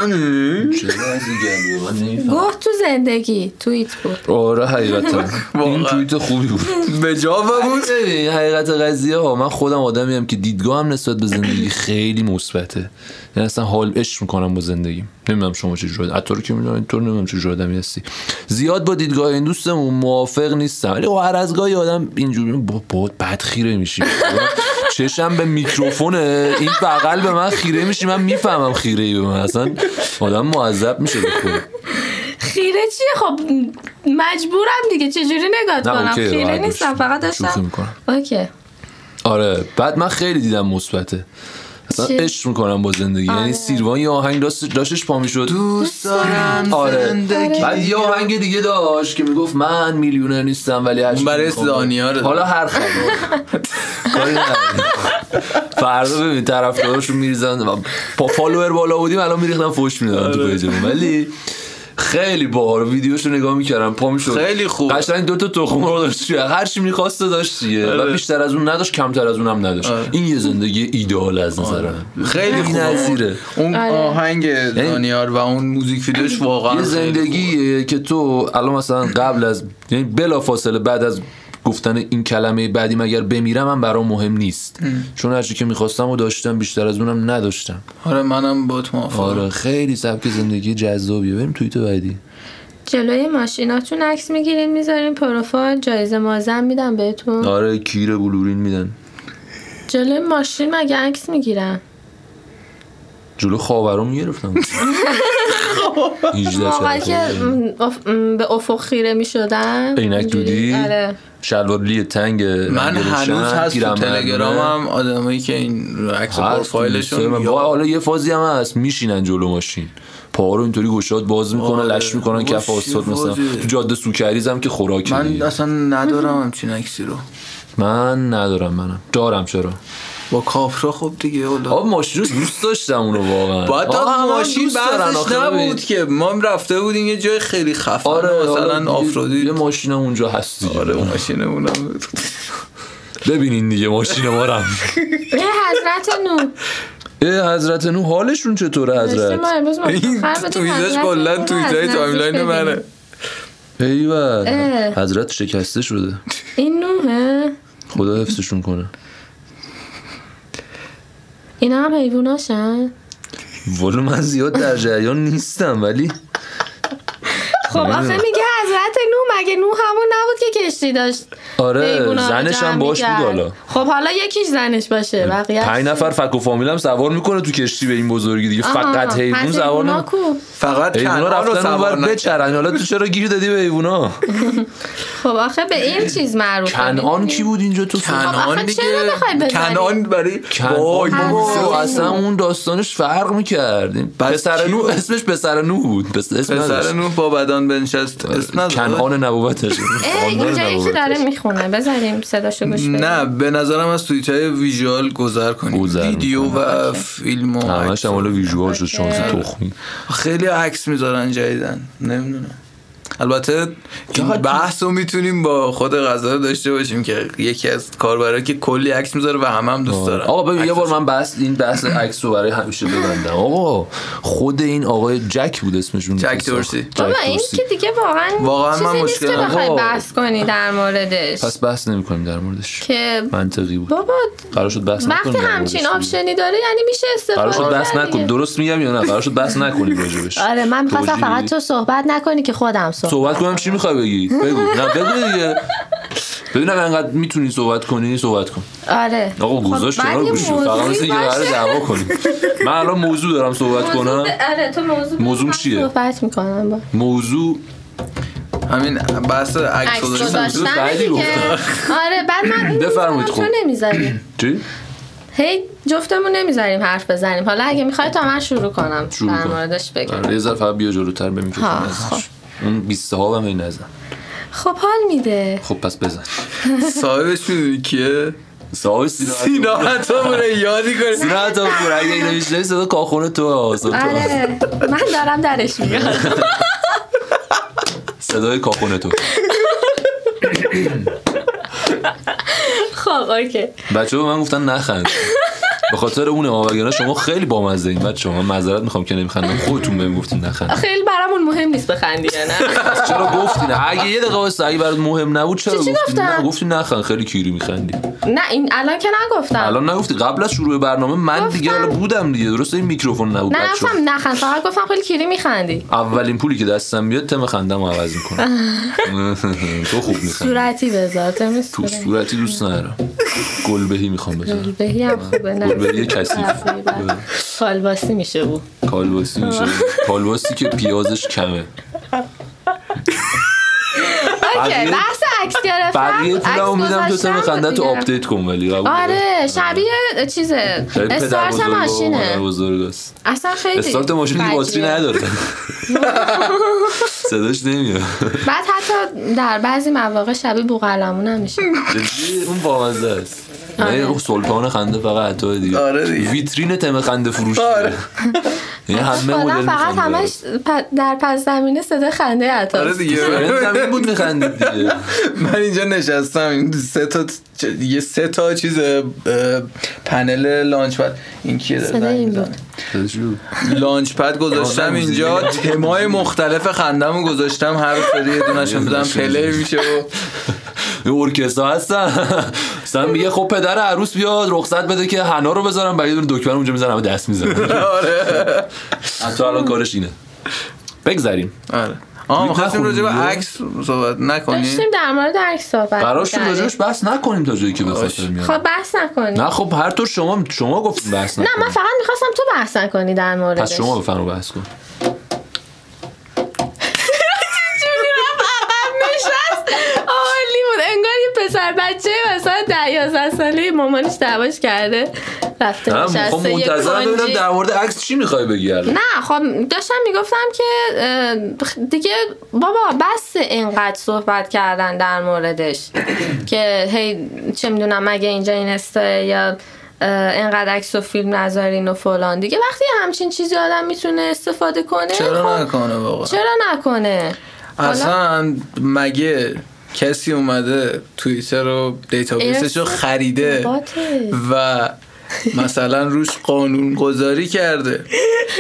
Speaker 1: از این گلوی من نمی‌فهمم؟
Speaker 3: گفت تو زندگی توییت بود
Speaker 1: آره حقیقتا این
Speaker 2: واقعا.
Speaker 1: توییت خوبی بود
Speaker 2: به جا و بود
Speaker 1: ببین حقیقت قضیه ها من خودم آدمی هم که دیدگاه هم نسبت به زندگی خیلی مثبته یعنی اصلا حال عشق میکنم با زندگیم نمیدونم شما چه جوری حتی رو که میدونم تو نمیدونم چه جوری آدمی هستی زیاد با دیدگاه این دوستمون موافق نیستم ولی خب هر از گاهی آدم اینجوری با باد بد خیره میشی چشم به میکروفونه این بغل به من خیره میشی من میفهمم خیره ای به من اصلا آدم معذب میشه به خود.
Speaker 3: خیره چیه خب مجبورم دیگه چجوری نگاه
Speaker 1: نه،
Speaker 3: کنم
Speaker 1: اوکی،
Speaker 3: خیره
Speaker 1: راحت باش.
Speaker 3: نیستم فقط
Speaker 1: شوخی
Speaker 3: داشتم
Speaker 1: می‌کنم.
Speaker 3: اوکی
Speaker 1: آره بعد من خیلی دیدم مثبته اصلا
Speaker 3: چی؟
Speaker 1: عشق میکنم با زندگی یعنی سیروان یه آهنگ راست- داشتش پا میشد
Speaker 2: دوست دارم
Speaker 1: آره.
Speaker 2: زندگی
Speaker 1: بعد یه آهنگ دیگه داشت که میگفت من میلیونر نیستم ولی عشق
Speaker 2: اون برای
Speaker 1: می‌کنم.
Speaker 2: زانیا رو
Speaker 1: حالا هر خبر کاری نداریم. فردا ببین طرفداراشو میریزن با فالوور بالا بودیم الان میریختم فوش میدادم
Speaker 2: آره.
Speaker 1: تو پیجمون ولی خیلی باحال ویدیوشو نگاه میکردم پا میشد
Speaker 2: خیلی خوب
Speaker 1: قشنگ دو تا تخم مرغ داشت هر چی می‌خواست داشت دیگه و بیشتر از اون نداشت کمتر از اونم نداشت این یه زندگی ایدئال از نظر من
Speaker 2: خیلی خوب
Speaker 1: بی‌نظیره.
Speaker 2: اون آهنگ دانیار و اون موزیک ویدیوش واقعا
Speaker 1: یعنی یه
Speaker 2: خیلی خوب.
Speaker 1: زندگیه که تو الان مثلا قبل از یعنی بلا فاصله بعد از گفتن این کلمه بعدی مگر بمیرم هم برام مهم نیست چون هرچی که میخواستم و داشتم بیشتر از اونم نداشتم
Speaker 2: آره منم با تو موافقم
Speaker 1: آره خیلی سبک زندگی جذابیه بریم توییت بعدی
Speaker 3: جلوی ماشیناتون عکس میگیرین میذارین پروفایل جایزه مازن میدم بهتون
Speaker 1: آره کیره بلورین میدن
Speaker 3: جلوی ماشین مگه عکس میگیرم
Speaker 1: جلو خاورم میگرفتم 18
Speaker 3: موقعی که
Speaker 1: چرخه.
Speaker 3: م، اف- م، به افق خیره میشدم
Speaker 1: عینک دودی؟
Speaker 3: آره
Speaker 1: شلوار لی تنگ
Speaker 2: من هنوز هست تو تلگرامم آدمایی که این رو عکس پروفایلشون
Speaker 1: با
Speaker 2: یا-
Speaker 1: حالا یه فازی هم هست میشینن جلو ماشین پا رو اینطوری گشاد باز میکنن
Speaker 2: آره.
Speaker 1: لش میکنن
Speaker 2: بابا
Speaker 1: کف
Speaker 2: چه
Speaker 1: آسفالت مثلا
Speaker 2: فازیه.
Speaker 1: تو جاده سوکریز هم که خوراکی
Speaker 2: من
Speaker 1: دیگه.
Speaker 2: اصلا ندارم همچین عکسی رو
Speaker 1: من ندارم منم دارم چرا
Speaker 2: با کافرا خب دیگه اولا
Speaker 1: آب ماشین رو دوست داشتم اونو واقعا
Speaker 2: باید
Speaker 1: آقا
Speaker 2: تا
Speaker 1: همه هم
Speaker 2: ماشین
Speaker 1: دوست دارن
Speaker 2: بحثش
Speaker 1: آخه، ببین.
Speaker 2: نبود که ما هم رفته بودیم یه جای خیلی خفن
Speaker 1: آره
Speaker 2: مثلا
Speaker 1: یه
Speaker 2: آفرودی
Speaker 1: ماشین هم اونجا هست دیگه
Speaker 2: آره ماشینمونم
Speaker 1: ببینین دیگه ماشین ما رو
Speaker 3: به حضرت نو
Speaker 1: اه، حضرت نو حالشون چطوره
Speaker 3: داشتیم
Speaker 1: حضرت
Speaker 3: ما امروز
Speaker 2: این
Speaker 3: مفتخر بودیم
Speaker 2: توییتاش
Speaker 3: حضرت
Speaker 2: کلا
Speaker 3: نو رو
Speaker 2: توییتای
Speaker 3: از
Speaker 2: تایملاین
Speaker 3: نزدیک
Speaker 2: منه
Speaker 3: ببینیم.
Speaker 1: ایول
Speaker 3: اه.
Speaker 1: حضرت شکسته شده
Speaker 3: این نوه
Speaker 1: خدا حفظشون کنه
Speaker 3: اینا هم حیواناشن
Speaker 1: والا من زیاد در جریان نیستم ولی آره.
Speaker 3: خب آخه میگه حضرت نو مگه نو همون نبود که کشتی داشت
Speaker 1: آره،
Speaker 3: حیونا رو
Speaker 1: زنش
Speaker 3: جمع
Speaker 1: هم باهاش بود
Speaker 3: می‌کرد.
Speaker 1: حالا. یعنی
Speaker 3: خب حالا یکیش زنش باشه بقیه
Speaker 1: پنج نفر فک و فامیل هم سوار میکنه تو کشتی به این بزرگی دیگه فقط حیوان سوار نمی-
Speaker 2: فقط
Speaker 1: حیونا
Speaker 2: کنعان رو
Speaker 1: رفتن
Speaker 2: سوار
Speaker 1: اونور
Speaker 2: نکرد.
Speaker 1: بچرن حالا تو چرا گیر دادی به حیونا
Speaker 3: خب آخه به این چیز معروف
Speaker 1: کنعان کی بود اینجا تو فیلم؟
Speaker 2: کنعان
Speaker 3: خب، آخه چرا
Speaker 2: دیگه
Speaker 3: بخوای بزنی؟
Speaker 2: کنعان برای وای،
Speaker 1: کنعان
Speaker 2: وای.
Speaker 1: بود. اصلا اون داستانش فرق میکردیم
Speaker 2: بس
Speaker 1: پسر
Speaker 2: کی
Speaker 1: نو
Speaker 2: بود؟
Speaker 1: اسمش پسر نو بود پس اسم
Speaker 2: پسر
Speaker 1: نداشت آره.
Speaker 2: نوح با بدان بنشست اسم نداره
Speaker 1: کنعان نبوتش
Speaker 3: اه، اینجا یکی داره میخونه بذاریم صداشو گوش بدیم
Speaker 2: نه به نظرم از توییت های ویژوال گذر کنیم
Speaker 1: گذر
Speaker 2: ویدیو و فیلم و
Speaker 1: همش
Speaker 2: عکس.
Speaker 1: هم حالا ویژوال شد شانس
Speaker 3: اوکی.
Speaker 1: تخمی
Speaker 2: خیلی عکس میذارن جدیدن نمیدونم البته این بحث رو میتونیم با خود غذا داشته باشیم که یکی از کاربرا که کلی عکس میذاره و همه هم دوست دارن
Speaker 1: آره. آقا ببین یه بار من بحث این بحث عکس رو برای همیشه ببندم آقا خود این آقای جک بود اسمشون
Speaker 2: جک دورسی.
Speaker 1: جک
Speaker 3: بابا این
Speaker 1: دورسی.
Speaker 3: که دیگه واقعا
Speaker 2: واقعاً
Speaker 3: چیزی
Speaker 2: من
Speaker 3: نیست که
Speaker 2: مشکل دارم.
Speaker 3: بخوای
Speaker 1: آقا.
Speaker 3: بحث کنی در موردش
Speaker 1: پس بحث نمی‌کنیم در موردش
Speaker 3: که
Speaker 1: منطقی بود
Speaker 3: بابا
Speaker 1: قرار شد بحث نکنیم
Speaker 3: وقتی
Speaker 1: در
Speaker 3: همچین
Speaker 1: موردش.
Speaker 3: آپشنی داره یعنی میشه
Speaker 1: قرار
Speaker 3: استفاده
Speaker 1: شد بحث
Speaker 3: کرد
Speaker 1: نکن
Speaker 3: دیگه.
Speaker 1: درست میگم یا نه قرار شد بحث نکنیم راجبش
Speaker 3: آره من میخواستم
Speaker 1: توجیه.
Speaker 3: فقط تو صحبت نکنی که خودم صحبت
Speaker 1: صحبت کنم چی میخوای بگی بگو نه بگو دیگه ببینم انقدر میتونی صحبت کنی صحبت کن
Speaker 3: آره
Speaker 1: آقا گذاشت
Speaker 3: بعد
Speaker 1: کنار
Speaker 3: یه
Speaker 1: گوش کن.
Speaker 3: موضوعی
Speaker 1: فقط مثل اینکه قرار
Speaker 3: باشه.
Speaker 1: دعوا کنیم من الان موضوع دارم صحبت
Speaker 3: موضوع
Speaker 1: کنم
Speaker 3: ب- آره تو موضوع
Speaker 1: موضوع
Speaker 3: من
Speaker 1: چیه؟
Speaker 3: صحبت میکنم با
Speaker 1: موضوع
Speaker 2: همین بحث عکس
Speaker 3: عکس
Speaker 2: گذاشتن
Speaker 1: گذاشتن.
Speaker 3: گذاشتن
Speaker 1: بعدی
Speaker 3: دیگه آره بعد من اینو
Speaker 1: بفرمایید
Speaker 3: می‌ذارم،
Speaker 1: خب.
Speaker 3: تو نمیذاری
Speaker 1: چی
Speaker 3: هی جفتمون نمیذاریم حرف بزنیم حالا اگه میخوای تا من شروع کنم
Speaker 1: شروع
Speaker 3: در
Speaker 1: کن.
Speaker 3: موردش بگم
Speaker 1: آره، یه ذره فقط بیا جلوتر ببین که
Speaker 3: ها،
Speaker 1: نزنش.
Speaker 3: خب.
Speaker 1: اون 20 ها هم هی نزن
Speaker 3: خب حال میده
Speaker 1: خب پس بزن
Speaker 2: صاحبش میدونی کیه
Speaker 1: صاحب سینا
Speaker 2: سینا عطابوره یادی کنی
Speaker 1: سینا تا پور اگه اینو میشنوی صدا کاخونه تو آسان تو آره.
Speaker 3: آره من دارم درش میاد
Speaker 1: صدای کاخونه تو
Speaker 3: خب اوکی
Speaker 1: بچه به من گفتن نخند به خاطر اونه ها وگرنه شما خیلی بامزه این بچه من معذرت میخوام که نمیخندم خودتون بهم گفتین نخند
Speaker 3: خیلی برامون مهم نیست بخندی یا نه
Speaker 1: چرا گفتین اگه یه دقیقه واسه اگه برات مهم نبود چرا
Speaker 3: چی- چی
Speaker 1: گفتین نه
Speaker 3: گفتم؟
Speaker 1: گفتین نخند خیلی کیری میخندی
Speaker 3: نه این الان که نگفتم
Speaker 1: الان نگفتی قبل از شروع برنامه من دیگه حالا بودم دیگه درسته این میکروفون نبود
Speaker 3: نه
Speaker 1: بچه‌ها.
Speaker 3: نفهم نخند فقط گفتم خیلی کیری میخندی
Speaker 1: اولین پولی که دستم بیاد تم خندم رو عوض میکنم تو خوب میخندی
Speaker 3: صورتی بذار تمیز
Speaker 1: تو
Speaker 3: صورت.
Speaker 1: صورتی دوست ندارم گلبهی میخوام بزنم
Speaker 3: گلبهی هم خوبه نه
Speaker 1: گلبهی کثیف.
Speaker 3: کالباسی میشه او
Speaker 1: کالباسی میشه کالباسی که پیازش کمه
Speaker 3: اوکی
Speaker 1: بقیه-
Speaker 3: بحث عکس گرفتم
Speaker 1: بقیه پولمو
Speaker 3: عکس
Speaker 1: میدم تو
Speaker 3: گذاشتم
Speaker 1: تم
Speaker 3: بود
Speaker 1: خنده تو
Speaker 3: دیگه.
Speaker 1: آپدیت کن ولی قبول داری؟
Speaker 3: آره شبیه چیزه
Speaker 1: خیلی پدر
Speaker 3: استارت
Speaker 1: بزرگ و مادر
Speaker 3: ماشینه
Speaker 1: بزرگ است
Speaker 3: اصلا خیلی
Speaker 1: استارت ماشین که باتری
Speaker 3: فجیعه.
Speaker 1: نداره صداش نمیاد
Speaker 3: بعد حتی در بعضی مواقع شبیه بوغلمون هم میشه
Speaker 1: جدی اون بامزه است
Speaker 3: آره.
Speaker 1: نه، اون سلطان خنده فقط تو دیگه
Speaker 2: آره دیگه.
Speaker 1: ویترین تم خنده فروش
Speaker 2: آره.
Speaker 1: یعنی همه
Speaker 3: آدم
Speaker 1: مدل
Speaker 3: فقط
Speaker 1: می‌خندن.
Speaker 3: همش پ- در پس زمینه صدا خنده عطا
Speaker 2: آره دیگه
Speaker 1: یعنی زمین بود میخندید دیگه
Speaker 2: من اینجا نشستم این سه تا چ- یه سه تا چیز اه، پنل لانچ پد این کیه داره
Speaker 3: صدای
Speaker 2: زنگ
Speaker 3: این
Speaker 2: می‌زنه؟
Speaker 3: بود.
Speaker 2: لانچ پد گذاشتم اینجا تمای مختلف خندمو گذاشتم هر سری یه دونشون بودم پلی میشه و
Speaker 1: یه ارکستر هستن سن میگه خب پدر عروس بیاد رخصت بده که حنا رو بذارم برای یه دونه دکمه رو اونجا میزنم دست میزنم
Speaker 2: آره
Speaker 1: تو الان کارش اینه بگذریم
Speaker 3: بله،
Speaker 2: آره آه می‌خواستیم راجع به عکس صحبت نکنیم
Speaker 3: داشتیم در مورد عکس صحبت
Speaker 1: قرار شد
Speaker 3: می‌کردیم.
Speaker 1: راجعش بحث نکنیم تا جایی که به خاطر میاد
Speaker 3: بله. خب بحث نکنی
Speaker 1: نه خب هر طور شما شما گفتین بحث
Speaker 3: نه من
Speaker 1: نکنیم
Speaker 3: فقط میخواستم تو بحث نکنی در موردش
Speaker 1: پس شما بفرما بحث کن
Speaker 3: جوری رفت عقب نشست عالی بود انگار یه پسر بچه مثلا ده یازده ساله مامانش دعواش کرده رفته
Speaker 1: نه خب
Speaker 3: نشسته یه
Speaker 1: منتظرم ببینم
Speaker 3: کنجی
Speaker 1: در مورد عکس چی میخوای بگی الان
Speaker 3: نه خب داشتم میگفتم که اه، دیگه بابا بس اینقدر صحبت کردن در موردش که هی چه میدونم مگه اینجا این استه یا اه، اینقدر عکس و فیلم نذارین و فلان دیگه وقتی همچین چیزی آدم میتونه استفاده کنه
Speaker 2: چرا
Speaker 3: خب،
Speaker 2: نکنه واقعا
Speaker 3: چرا نکنه حالا-
Speaker 2: اصلا مگه کسی اومده توییتر رو دیتابیسش رو
Speaker 3: ارث
Speaker 2: خریده
Speaker 3: ثباته.
Speaker 2: و مثلا روش قانون گذاری کرده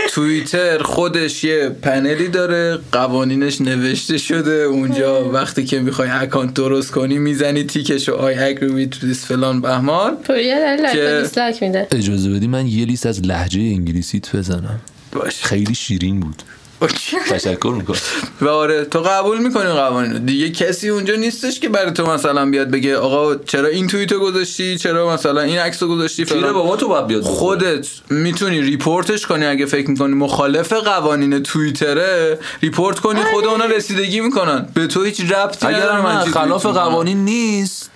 Speaker 2: توییتر خودش یه پنلی داره قوانینش نوشته شده اونجا وقتی که میخوای اکانت درست کنی میزنی تیکش رو I agree with this فلان بهمان
Speaker 3: پوریا داره لایک
Speaker 2: که-
Speaker 3: و دیسلایک میده
Speaker 1: اجازه بدی من یه لیست از لحجه انگلیسیت بزنم
Speaker 2: باشه
Speaker 1: خیلی شیرین بود
Speaker 2: اوکی.
Speaker 1: تشکر میکنم
Speaker 2: و آره تو قبول میکنی قوانین رو دیگه کسی اونجا نیستش که برای تو مثلا بیاد بگه آقا چرا این توییتو گذاشتی چرا مثلا این عکسو گذاشتی
Speaker 1: تیر
Speaker 2: فلان.
Speaker 1: بابا تو باید بیاد بخوره.
Speaker 2: خودت میتونی ریپورتش کنی اگه فکر میکنی مخالف قوانین توییتره ریپورت کنی
Speaker 3: آره.
Speaker 2: خود اونا رسیدگی میکنن به تو هیچ ربطی
Speaker 1: اگر
Speaker 2: نداره من
Speaker 1: من
Speaker 2: چی
Speaker 1: خلاف
Speaker 2: توییت می‌کنم.
Speaker 1: قوانین نیست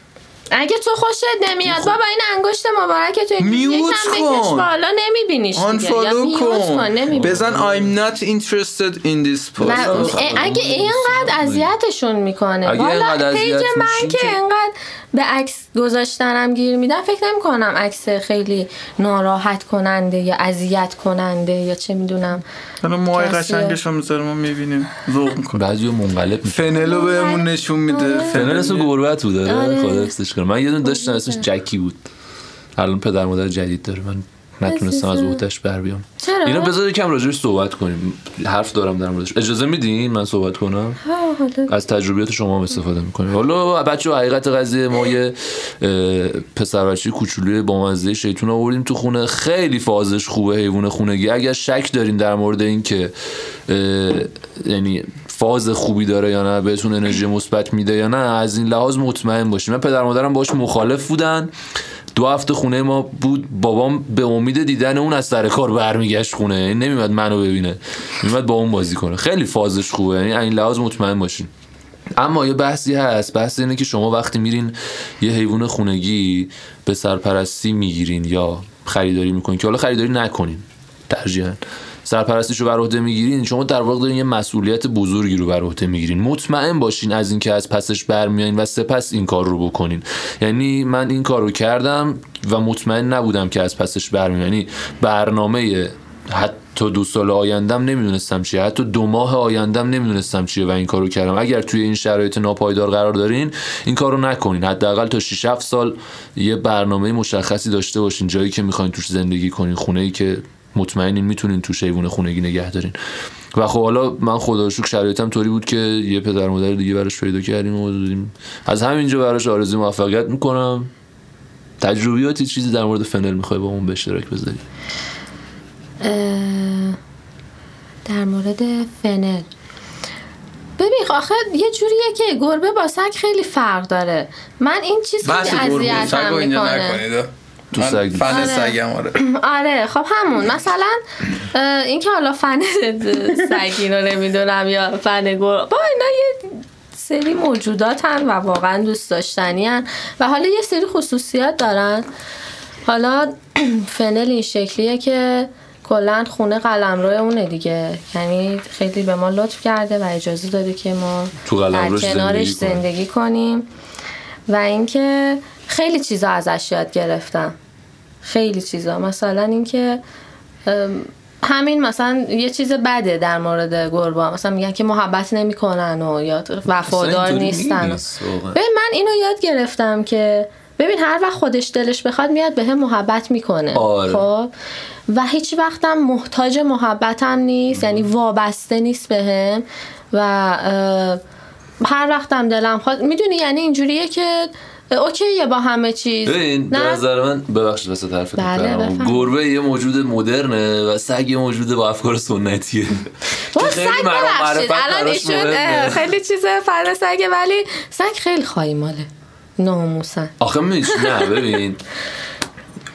Speaker 3: اگه تو خوشت نمیاد بابا این انگشت مبارک تو
Speaker 2: خب. میوت
Speaker 3: یکم
Speaker 2: کن.
Speaker 3: بکش بالا نمیبینیش دیگه یعنی یا
Speaker 2: آنفالو
Speaker 3: میوت کن
Speaker 2: کن
Speaker 3: نمی‌بینی.
Speaker 2: بزن I'm not interested in this
Speaker 3: نه،
Speaker 2: post
Speaker 3: اه، اگه اینقدر اذیتشون میکنه
Speaker 1: اگه اینقدر
Speaker 3: حالا
Speaker 1: اذیت
Speaker 3: پیج من
Speaker 1: میشین
Speaker 3: که
Speaker 1: که-
Speaker 3: اینقدر به عکس گذاشتنم گیر میدن فکر نمی کنم عکس خیلی ناراحت کننده یا اذیت کننده یا چه میدونم
Speaker 2: حالا موهای
Speaker 3: کسیه.
Speaker 2: قشنگش رو میذاره ما میبینیم ذوق می‌کنه.
Speaker 1: بعضی منقلب میشه
Speaker 2: فنلو بهمون نشون میده
Speaker 1: فنر اسم گربت بود
Speaker 3: آره.
Speaker 1: داره خدا حفظش کنه من یه دونه داشتم اسمش جکی بود الان پدر مادر جدید داره من نتونستم از اوتش بر بیام
Speaker 3: چرا؟
Speaker 1: اینو بذار یکم راجعش صحبت کنیم حرف دارم در موردش اجازه میدین من صحبت کنم
Speaker 3: آه، حالا
Speaker 1: از تجربیات شما هم استفاده میکنیم حالا بچه حقیقت قضیه ما یه اه، پسر بچه کوچولوی با مزه شیطون آوردیم تو خونه خیلی فازش خوبه حیوان خونگی اگر شک دارین در مورد این که اه، یعنی فاز خوبی داره یا نه بهتون انرژی مثبت میده یا نه از این لحاظ مطمئن باشین من پدر مادرم باش مخالف بودن دو هفته خونه ما بود بابام به امید دیدن اون از سر کار برمیگشت خونه یعنی نمیمد منو ببینه میمد با اون بازی کنه خیلی فازش خوبه یعنی از این لحاظ مطمئن باشین اما یه بحثی هست بحث اینه که شما وقتی میرین یه حیوان خونگی به سرپرستی میگیرین یا خریداری میکنین که حالا خریداری نکنین ترجیحاً سرپرستیشو بر عهده میگیرین شما در واقع دارین یه مسئولیت بزرگی رو بر عهده میگیرین مطمئن باشین از اینکه از پسش برمیایین و سپس این کار رو بکنین یعنی من این کار رو کردم و مطمئن نبودم که از پسش برمیام یعنی برنامه حتی دو سال آیندم نمیدونستم چیه حتی دو ماه آیندم نمیدونستم چیه و این کارو کردم اگر توی این شرایط ناپایدار قرار دارین این کارو نکنین حداقل تا 6 7 سال یه برنامه مشخصی داشته باشین جایی که میخواین توش زندگی کنین خونه ای که مطمئنین میتونین توش حیوان خونگی نگه دارین و خب حالا من خدا رو شکر شرایطم طوری بود که یه پدر و مادر دیگه براش پیدا کردیم و دادیم از همینجا براش آرزوی موفقیت میکنم تجربیاتی چیزی در مورد فنل میخوای با اون به اشتراک بذاری
Speaker 3: اه، در مورد فنل ببین آخه یه جوریه که گربه با سگ خیلی فرق داره من این چیز
Speaker 2: بحث
Speaker 3: خیلی
Speaker 2: گربه و سگ
Speaker 3: اذیتم
Speaker 2: رو اینجا
Speaker 3: میکنه
Speaker 2: نکنید
Speaker 1: تو
Speaker 2: من
Speaker 1: سگ دوست
Speaker 2: فن
Speaker 1: دارم.
Speaker 2: سگم آره
Speaker 3: آره خب همون مثلا اه، این که حالا فن سگین رو نمیدونم یا فن گر با اینا یه سری موجوداتن و واقعا دوست داشتنی و حالا یه سری خصوصیات دارن حالا فنل این شکلیه که کلا خونه قلم روی اونه دیگه یعنی خیلی به ما لطف کرده و اجازه داده که ما
Speaker 1: تو قلمروش
Speaker 3: در کنارش
Speaker 1: زندگی کنیم.
Speaker 3: زندگی کنیم و اینکه خیلی چیزا ازش یاد گرفتم خیلی چیزا مثلا اینکه ام، همین مثلا یه چیز بده در مورد گربه ها. مثلا میگن که محبت نمیکنن و یا وفادار
Speaker 1: اینطوری
Speaker 3: نیستن و-
Speaker 1: نیست واقعا.
Speaker 3: ببین من اینو یاد گرفتم که ببین هر وقت خودش دلش بخواد میاد به هم محبت میکنه
Speaker 1: آره.
Speaker 3: خب و هیچ وقتم محتاج محبتم نیست یعنی وابسته نیست به هم و اه، هر وقتم دلم خواست میدونی یعنی اینجوریه که اوکیه با همه چیز
Speaker 1: ببین به
Speaker 3: نه
Speaker 1: نظر من ببخشید وسط حرفت
Speaker 3: بله،
Speaker 1: می‌پرم.
Speaker 3: بفهم.
Speaker 1: گربه یه موجود مدرنه و سگ یه موجود با افکار سنتیه
Speaker 3: با
Speaker 1: که خیلی
Speaker 3: سگ
Speaker 1: مرا- معرفت
Speaker 3: ببخشید الان
Speaker 1: براش
Speaker 3: ایشون
Speaker 1: مهمه.
Speaker 3: اه، خیلی چیز فر سگه ولی سگ خیلی خواهی ماله ناموسن
Speaker 1: آخه میش نه ببین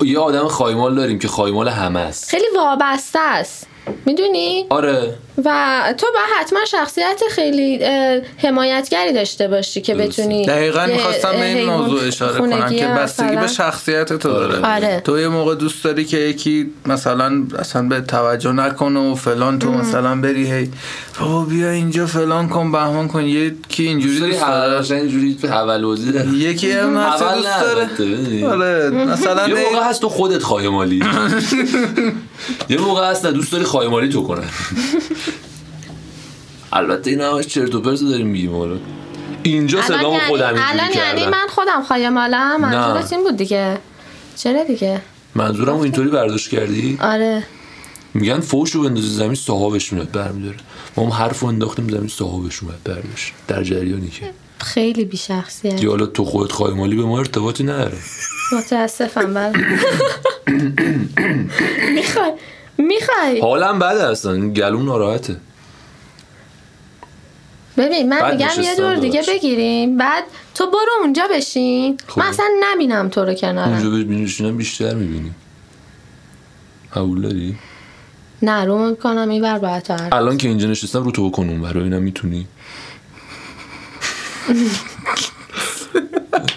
Speaker 1: یه آدم خایمال داریم که خایمال همه است
Speaker 3: خیلی وابسته است میدونی
Speaker 1: آره
Speaker 3: و تو با حتما شخصیت خیلی اه، حمایتگری داشته باشی که
Speaker 1: درسته.
Speaker 3: بتونی
Speaker 2: دقیقا
Speaker 3: یه-
Speaker 2: میخواستم به این
Speaker 3: حیوان
Speaker 2: موضوع اشاره
Speaker 3: خونگی
Speaker 2: کنم که بستگی به
Speaker 3: مثلا-
Speaker 2: شخصیت تو داره
Speaker 3: آره.
Speaker 2: تو یه موقع دوست داری که یکی مثلا اصلا به توجه نکنه و فلان تو مثلا بری هی بابا بیا اینجا فلان کن بهمان کن یکی اینجوری
Speaker 1: دوست
Speaker 2: دوست
Speaker 1: داری
Speaker 2: داره
Speaker 1: هولاش اینجوری هولوزی داره.
Speaker 2: یکی هم هست
Speaker 1: اول
Speaker 2: دوست
Speaker 1: نه،
Speaker 2: داره
Speaker 1: البته، ببین.
Speaker 2: آره مثلا
Speaker 1: یه
Speaker 2: هی-
Speaker 1: موقع هست تو خودت خایمالی یه موقع هست نه دوست داری خایمالی تو کنن البته این همش چرت و پرت داریم میگیم حالا اینجا
Speaker 3: الان
Speaker 1: صدامو
Speaker 3: یعنی-
Speaker 1: خودم
Speaker 3: الان
Speaker 1: اینجوری
Speaker 3: یعنی
Speaker 1: کردم
Speaker 3: من خودم خایمالم منظورت این بود دیگه چرا دیگه
Speaker 1: منظورم اینطوری برداشت کردی
Speaker 3: آره
Speaker 1: میگن فوشو بندازی زمین صاحبش میاد برمیداره ما هم حرفو انداختیم زمین صاحبش اومد برداشت در جریانی که
Speaker 3: خیلی بیشخصیت
Speaker 1: دیگه حالا تو خودت خایمالی به ما ارتباطی نداره
Speaker 3: متاسفم بله میخوای میخوای
Speaker 1: خب، حالم بده اصلا این گلوم ناراحته
Speaker 3: ببین من
Speaker 1: بعد
Speaker 3: میگم یه
Speaker 1: نشستم
Speaker 3: دور دیگه
Speaker 1: داداش.
Speaker 3: بگیریم بعد تو برو اونجا بشین
Speaker 1: خب.
Speaker 3: من اصلا نبینم تو رو کنارم
Speaker 1: اونجا بشینم بیشتر میبینی قبول داری؟
Speaker 3: نه رو میکنم اینور باید آره. تو هر-
Speaker 1: الان که اینجا نشستم رو تو بکن اونور ببینم میتونی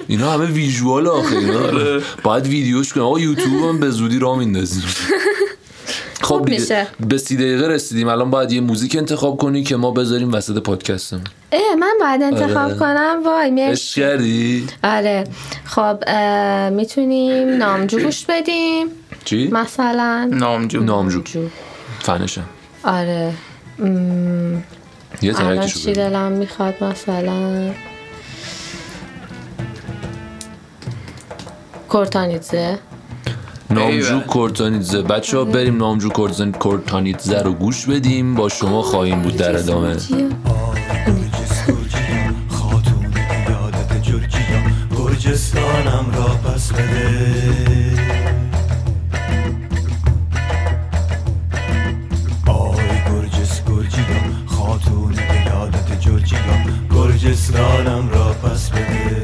Speaker 1: اینا همه ویژوال آخه اینا باید ویدیوش کنیم آقا یوتیوب هم به زودی را میندازیم خب دیگه
Speaker 3: میشه.
Speaker 1: به سی دقیقه رسیدیم الان باید یه موزیک انتخاب کنی که ما بذاریم وسط پادکستمون
Speaker 3: اه من باید انتخاب
Speaker 1: آره.
Speaker 3: کنم وای مرسی
Speaker 1: عشق کردی
Speaker 3: آره خب میتونیم نامجو گوش بدیم
Speaker 1: چی
Speaker 3: مثلا
Speaker 2: نامجو
Speaker 1: نامجو
Speaker 3: نامجو.
Speaker 1: فنشم
Speaker 3: آره مم،
Speaker 1: یه
Speaker 3: الان چی
Speaker 1: ترکشو بگو.
Speaker 3: دلم میخواد مثلا کورتانیزه
Speaker 1: نامجو
Speaker 2: ایول.
Speaker 1: کورتانیتزه بچه ها بریم نامجو کورتان- کورتانیتزه رو گوش بدیم با شما خواهیم بود در ادامه
Speaker 5: خاتون ایالت جورجیا گرجستانم را پس بده آی گرجس گرجیا خاتون ایالت جورجیا گرجستانم را پس بده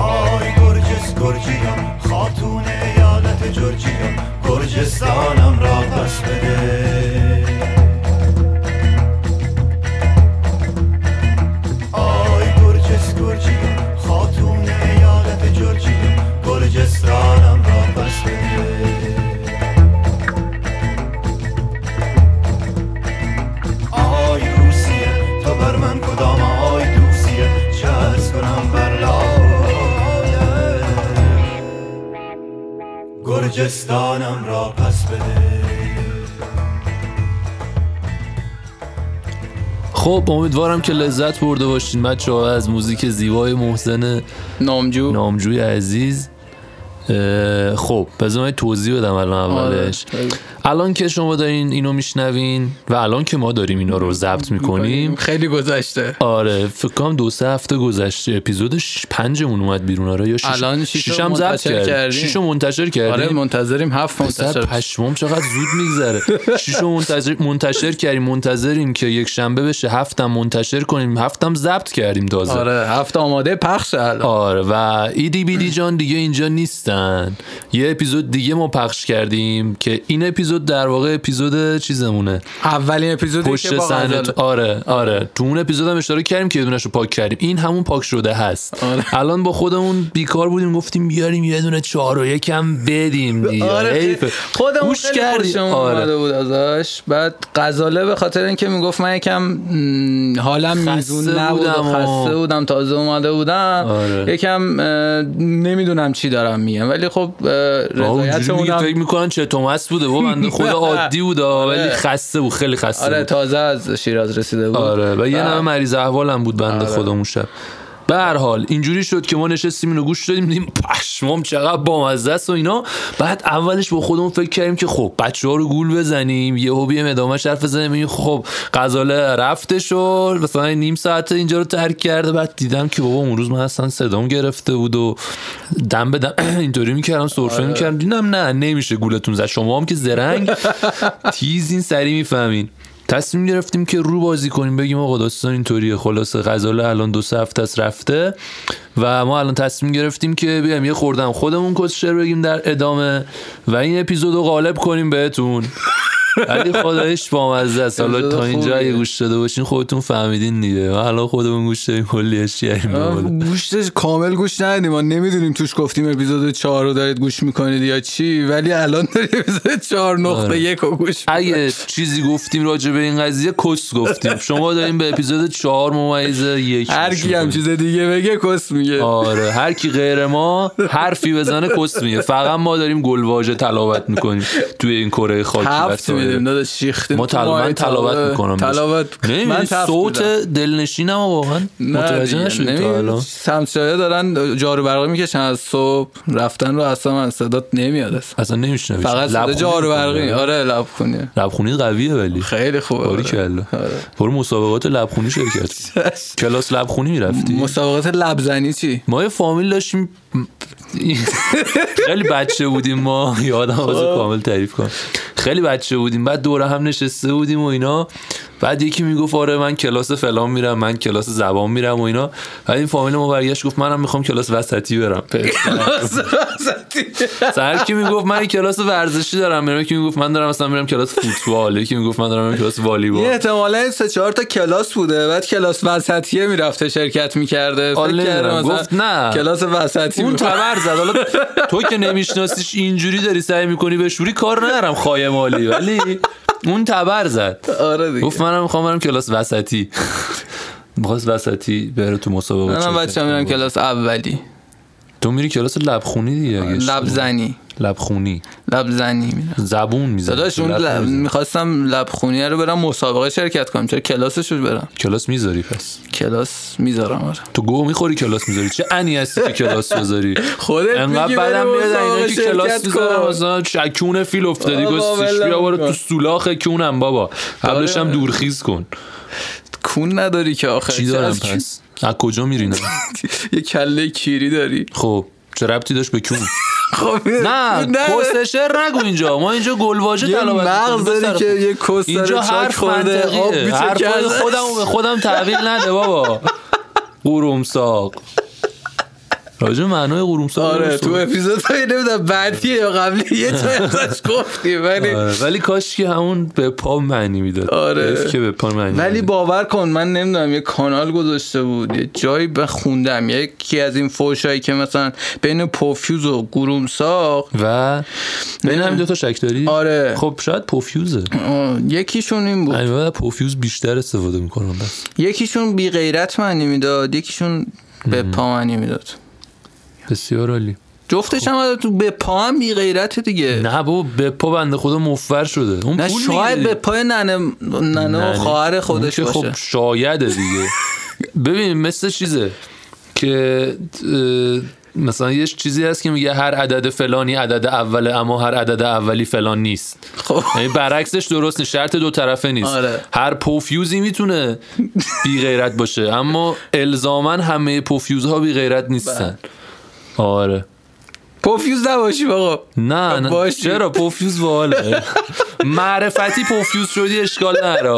Speaker 5: آی گرجس گرجیا خاتون ایالت جورجیا گرجستانم را پس بده آی گرجس گرجیا خاتون ایالت جورجیا گرجستانم را پس بده آی روسیه تو بر من کدام آی دوسیه چه عرض کنم بر لایه گرجستانم را پس بده
Speaker 1: خب امیدوارم که لذت برده باشین بچه ها از موزیک زیبای محسن
Speaker 2: نامجو
Speaker 1: نامجوی عزیز اه، خب بذار من توضیح بدم الان اولش
Speaker 2: آره.
Speaker 1: الان که شما دارین اینو میشنوین و الان که ما داریم اینا رو ضبط میکنیم
Speaker 2: خیلی گذشته
Speaker 1: آره فکر کنم دو سه هفته گذشته اپیزود ش- پنجمون اومد بیرون آره یا شش
Speaker 2: الان شیش رو
Speaker 1: شیشم ضبط
Speaker 2: منتشر
Speaker 1: کرد
Speaker 2: کردیم.
Speaker 1: شیشو منتشر کردیم
Speaker 2: آره منتظریم هفت
Speaker 1: سر
Speaker 2: منتشر
Speaker 1: پشمام چقدر زود میگذره شیشو منتظر منتشر کردیم منتظریم که یک شنبه بشه هفتم منتشر کنیم هفتم ضبط کردیم تازه آره.
Speaker 2: آره هفت آماده پخش الان
Speaker 1: و ایدی بیدی جان دیگه اینجا نیستن یه اپیزود دیگه ما پخش کردیم که این اپیزود در واقع اپیزود چیزمونه
Speaker 2: اولین اپیزودی که
Speaker 1: پشت
Speaker 2: با
Speaker 1: صحنه
Speaker 2: غزاله.
Speaker 1: تو- آره آره تو اون اپیزود هم اشاره کردیم که یه دونش رو پاک کردیم این همون پاک شده هست
Speaker 2: آره.
Speaker 1: الان با خودمون بیکار بودیم گفتیم بیاریم یه دونه چهار و یکم بدیم دیگه
Speaker 2: آره
Speaker 1: حیفه.
Speaker 2: خودمون
Speaker 1: گوش آره.
Speaker 2: خیلی
Speaker 1: کردیم.
Speaker 2: خوشمون اومده بود ازش بعد غزاله به خاطر اینکه میگفت من یکم م، حالم
Speaker 1: خسته
Speaker 2: میزون نبود و
Speaker 1: بودم و-
Speaker 2: خسته بودم تازه اومده بودم
Speaker 1: آره.
Speaker 2: یکم اه، نمیدونم چی دارم میگم ولی خب اه،
Speaker 1: آه،
Speaker 2: رضایت
Speaker 1: اونجوری میگی
Speaker 2: اونم
Speaker 1: فکر میکنن چه تومس بوده و بنده خدا عادی بود آه، ولی
Speaker 2: آره.
Speaker 1: خسته بود خیلی خسته
Speaker 2: آره
Speaker 1: بود
Speaker 2: تازه از شیراز رسیده بود
Speaker 1: آره و یه نمه مریض احوالم بود بنده خدا اون شب به هر حال اینجوری شد که ما نشستیم اینو گوش دادیم دیدیم پشمام چقدر بامزه است و اینا بعد اولش با خودمون فکر کردیم که خب بچه ها رو گول بزنیم یه هوبی ادامه حرف بزنیم این خب غزاله رفتش و مثلا نیم ساعت اینجا رو ترک کرده بعد دیدم که بابا اون روز من اصلا صدام گرفته بود و دم به دم اینطوری میکردم سرفه میکردم دیدم نه نمیشه گولتون زد شما هم که زرنگ تیزین سری میفهمین تصمیم گرفتیم که رو بازی کنیم بگیم آقا داستان اینطوریه خلاصه غزاله الان دو سه هفته است رفته و ما الان تصمیم گرفتیم که بیایم یه خوردم خودمون کسشر بگیم در ادامه و این اپیزود رو غالب کنیم بهتون ولی خدایش بامزه است حالا
Speaker 2: اپیزود
Speaker 1: تا اینجا
Speaker 2: خوبیه.
Speaker 1: اگه گوش داده باشین خودتون فهمیدین دیگه ما الان خودمون گوش دادیم کلیش کردیم به
Speaker 2: آه،
Speaker 1: بالا.
Speaker 2: گوشتش کامل گوش ندیم ما نمیدونیم توش گفتیم اپیزود 4 رو دارید گوش میکنید یا چی ولی الان دارید اپیزود 4 نقطه
Speaker 1: آره.
Speaker 2: یک رو گوش
Speaker 1: اگه چیزی گفتیم راجع به این قضیه کس گفتیم شما داریم به اپیزود چهار ممیز یک
Speaker 2: هر
Speaker 1: گوش
Speaker 2: کی هم
Speaker 1: می‌کنید.
Speaker 2: چیز دیگه بگه کس میگه
Speaker 1: آره هر کی غیر ما حرفی بزنه کست میگه فقط ما داریم گلواژه تلاوت میکنیم توی این کره خاکی
Speaker 2: هفت
Speaker 1: و سایر.
Speaker 2: میدیم داداش شیختیم
Speaker 1: ما
Speaker 2: تو
Speaker 1: تل...
Speaker 2: ماه
Speaker 1: من تلاوت
Speaker 2: تابه.
Speaker 1: میکنم
Speaker 2: تلاوت
Speaker 1: من
Speaker 2: تفت
Speaker 1: صوت
Speaker 2: می‌دم.
Speaker 1: دلنشینم واقعا
Speaker 2: نه
Speaker 1: متوجه
Speaker 2: دیگه.
Speaker 1: نشدی
Speaker 2: نمی‌دونی.
Speaker 1: تا الان
Speaker 2: همسایه دارن جارو برقی میکشن از صبح رفتن رو اصلا من صدات نمیاد اصلا.
Speaker 1: اصلا نمیشنوی
Speaker 2: فقط صدا جارو برقی
Speaker 1: آره
Speaker 2: آره لب کنی
Speaker 1: لبخونی قویه ولی
Speaker 2: خیلی خوبه
Speaker 1: باری
Speaker 2: آره.
Speaker 1: کلا برو مسابقات لبخونی شرکت کن. کلاس لبخونی میرفتی
Speaker 2: مسابقات لبزنی چی
Speaker 1: ما یه فامیل داشتیم خیلی بچه بودیم ما یادم واسه کامل تعریف کن خیلی بچه بودیم بعد دوره هم نشسته بودیم و اینا بعد یکی میگفت آره من کلاس فلان میرم من کلاس زبان میرم و اینا بعد این فامیل ما برگشت گفت منم میخوام کلاس وسطی برم سر کی میگفت من کلاس ورزشی دارم میرم یکی میگفت من دارم مثلا میرم کلاس فوتبال یکی میگفت من دارم میرم کلاس
Speaker 2: یه
Speaker 1: والیبال
Speaker 2: احتمالا سه چهار تا کلاس بوده بعد کلاس وسطیه میرفته شرکت میکرده
Speaker 1: آله، آره، گفت نه.
Speaker 2: کلاس وسطی
Speaker 1: اون
Speaker 2: بود.
Speaker 1: تبر زد حالا تو که نمیشناسیش اینجوری داری سعی میکنی بشوری کار ندارم خواهی مالی ولی اون تبر زد
Speaker 2: آره دیگه
Speaker 1: گفت منم میخوام برم کلاس وسطی میخواست وسطی بره تو مسابقه
Speaker 2: منم
Speaker 1: شرکت
Speaker 2: بچه میرم
Speaker 1: کنه.
Speaker 2: کلاس اولی
Speaker 1: تو میری کلاس لبخونی دیگه اگه اشتباه-
Speaker 2: لبزنی
Speaker 1: لبخونی
Speaker 2: لبزنی میرم
Speaker 1: زبون میزنی
Speaker 2: داداش اون لب... میخواستم لبخونیه رو برم مسابقه شرکت کنم چرا کلاسش رو برم
Speaker 1: کلاس میذاری پس
Speaker 2: کلاس میذارم آره
Speaker 1: تو گوه میخوری کلاس میذاری چه انی هستی که کلاس بذاری
Speaker 2: خودت
Speaker 1: انقدر
Speaker 2: میگی
Speaker 1: بدم
Speaker 2: بریم
Speaker 1: میاد اینا
Speaker 2: مسابقه
Speaker 1: که کلاس
Speaker 2: شرکت
Speaker 1: میذارم
Speaker 2: کن.
Speaker 1: مثلا شکون فیل افتادی
Speaker 2: آقا،
Speaker 1: گستش
Speaker 2: ولم
Speaker 1: بیا برو
Speaker 2: کن. آره.
Speaker 1: تو سولاخ کونم بابا قبلش هم دورخیز کن
Speaker 2: کون نداری که آخر
Speaker 1: چی دارم پس از کجا میرینم
Speaker 2: یه کله کیری داری
Speaker 1: خب چه ربطی داشت به کون
Speaker 2: خب
Speaker 1: نه کسشر نگو اینجا ما اینجا گلواجه
Speaker 2: یه
Speaker 1: تلاوت
Speaker 2: مغز
Speaker 1: می‌کنیم،
Speaker 2: داری
Speaker 1: پسر
Speaker 2: که
Speaker 1: خوب.
Speaker 2: یه کس
Speaker 1: اینجا
Speaker 2: داره خب، چاک
Speaker 1: حرف
Speaker 2: خورده آب
Speaker 1: منطقیه حرفای
Speaker 2: میچکه
Speaker 1: خودم رو به خودم تحویل نده بابا قرومساق راجع به معنای قرومساق
Speaker 2: آره
Speaker 1: درست
Speaker 2: تو
Speaker 1: بود.
Speaker 2: اپیزود های نمیدونم بعدیه یا قبلی یه تا ازش گفتی ولی
Speaker 1: آره، ولی کاش که همون به پا معنی میداد
Speaker 2: یعنی آره.
Speaker 1: که به پا معنی
Speaker 2: ولی
Speaker 1: می‌داد.
Speaker 2: باور کن من نمیدونم یه کانال گذاشته بود یه جایی بخوندم یکی از این فوشایی که مثلا بین پوفیوز و گرومساق
Speaker 1: و بین همین دوتا شک داری
Speaker 2: آره.
Speaker 1: خب شاید پوفیوزه
Speaker 2: آه، یکیشون این بود
Speaker 1: همین بعد پوفیوز بیشتر استفاده میکنم بس
Speaker 2: یکیشون بی غیرت معنی میداد یکیشون به پا معنی میداد
Speaker 1: بسیار عالی
Speaker 2: جفتش هم البته تو به پا هم بی غیرته دیگه
Speaker 1: نه بابا به پا بنده خدا مفر شده اون
Speaker 2: نه
Speaker 1: پول
Speaker 2: شاید
Speaker 1: می‌گیره.
Speaker 2: به پای ننه ننه
Speaker 1: نه،
Speaker 2: و
Speaker 1: نه.
Speaker 2: خواهر خودش
Speaker 1: اون که
Speaker 2: باشه
Speaker 1: خب شایده دیگه ببین مثل چیزه که اه، مثلا یه چیزی هست که میگه هر عدد فلانی عدد اوله اما هر عدد اولی فلان نیست
Speaker 2: خب
Speaker 1: یعنی برعکسش درست نیست شرط دو طرفه نیست
Speaker 2: آره.
Speaker 1: هر پوفیوزی میتونه بی غیرت باشه اما الزاما همه پوفیوزها بی غیرت نیستن
Speaker 2: بله.
Speaker 1: آره
Speaker 2: پوفیوز نباشی آقا
Speaker 1: نه نه
Speaker 2: باشی.
Speaker 1: چرا پوفیوز باله معرفتی پوفیوز شدی اشکال نره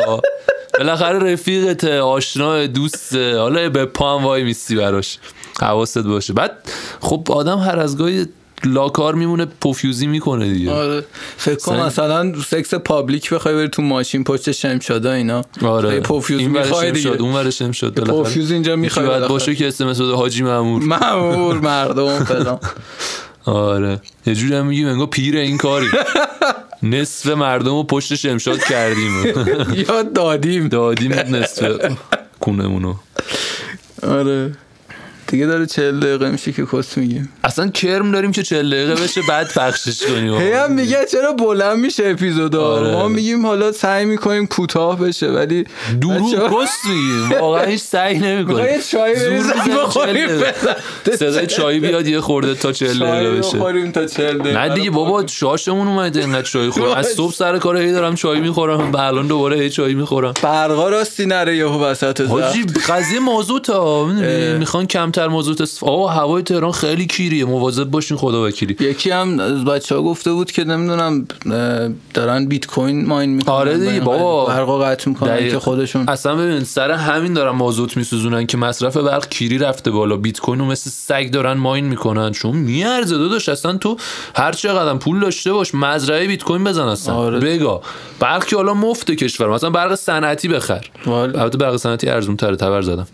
Speaker 1: بالاخره رفیقته آشنا دوسته حالا به پام وای میستی براش حواست باشه بعد خب آدم هر از گاهی لاکار میمونه پوفیوزی میکنه دیگه
Speaker 2: آره. فکر کن
Speaker 1: سن-
Speaker 2: مثلا سکس پابلیک بخوای بری تو ماشین پشت شمشادا اینا
Speaker 1: آره
Speaker 2: یه پوفیوز
Speaker 1: این
Speaker 2: میخوای
Speaker 1: ورشم
Speaker 2: دیگه
Speaker 1: شد اون ورشم شد بالاخره.
Speaker 2: پوفیوز اینجا
Speaker 1: یکی
Speaker 2: میخوای
Speaker 1: باید
Speaker 2: بالاخره.
Speaker 1: باشه که اسمس بده حاجی مامور
Speaker 2: مامور مردم فلان
Speaker 1: آره یه جوری هم میگیم انگار پیر این کاری نصف مردم رو پشت شمشاد کردیم
Speaker 2: یا دادیم
Speaker 1: دادیم نصف کونمونو
Speaker 2: آره دیگه داره چهل دقیقه میشه که کس میگیم
Speaker 1: اصلا کرم داریم که 40 دقیقه بشه بعد پخشش کنیم
Speaker 2: هی هم میگه چرا بلند میشه اپیزودا
Speaker 1: آره.
Speaker 2: ما میگیم حالا سعی میکنیم کوتاه بشه ولی بچه‌ها،
Speaker 1: دروغ گست میگیم واقعا هیچ سعی
Speaker 2: می‌خوای
Speaker 1: نمیکنه
Speaker 2: یه چای بریزیم بخوریم
Speaker 1: صدای چایی بیاد یه خورده تا 40
Speaker 2: چای
Speaker 1: دقیقه بشه
Speaker 2: بخوریم تا چهل دقیقه
Speaker 1: نه دیگه بابا شاشمون اومده اینقدر چای خور از صبح سر کار هی دارم چای میخورم و الان دوباره هی چای میخورم
Speaker 2: برقا راستی نره یهو وسط زخم
Speaker 1: حاجی قضیه مازوت ها می‌دونی؟
Speaker 2: اه.
Speaker 1: میخوان کمتر مازوت است آقا هوای تهران خیلی کیریه مواظب باشین خدا وکیلی
Speaker 2: یکی هم از بچه ها گفته بود که نمیدونم دارن بیت کوین ماین میکنن
Speaker 1: آره دیگه، بابا.
Speaker 2: برقا قطع میکنن
Speaker 1: دقیق.
Speaker 2: که خودشون
Speaker 1: اصلا ببین سر همین دارن مازوت میسوزونن که مصرف برق کیری رفته بالا بیت کوین رو مثل سگ دارن ماین میکنن چون میارزه داداش اصلا تو هر چقدر پول داشته باش مزرعه بیت کوین بزن اصلا
Speaker 2: آره.
Speaker 1: بگا برق که حالا مفت کشور مثلا برق صنعتی بخر
Speaker 2: والا.
Speaker 1: البته برق صنعتی ارزون تره تبر زدم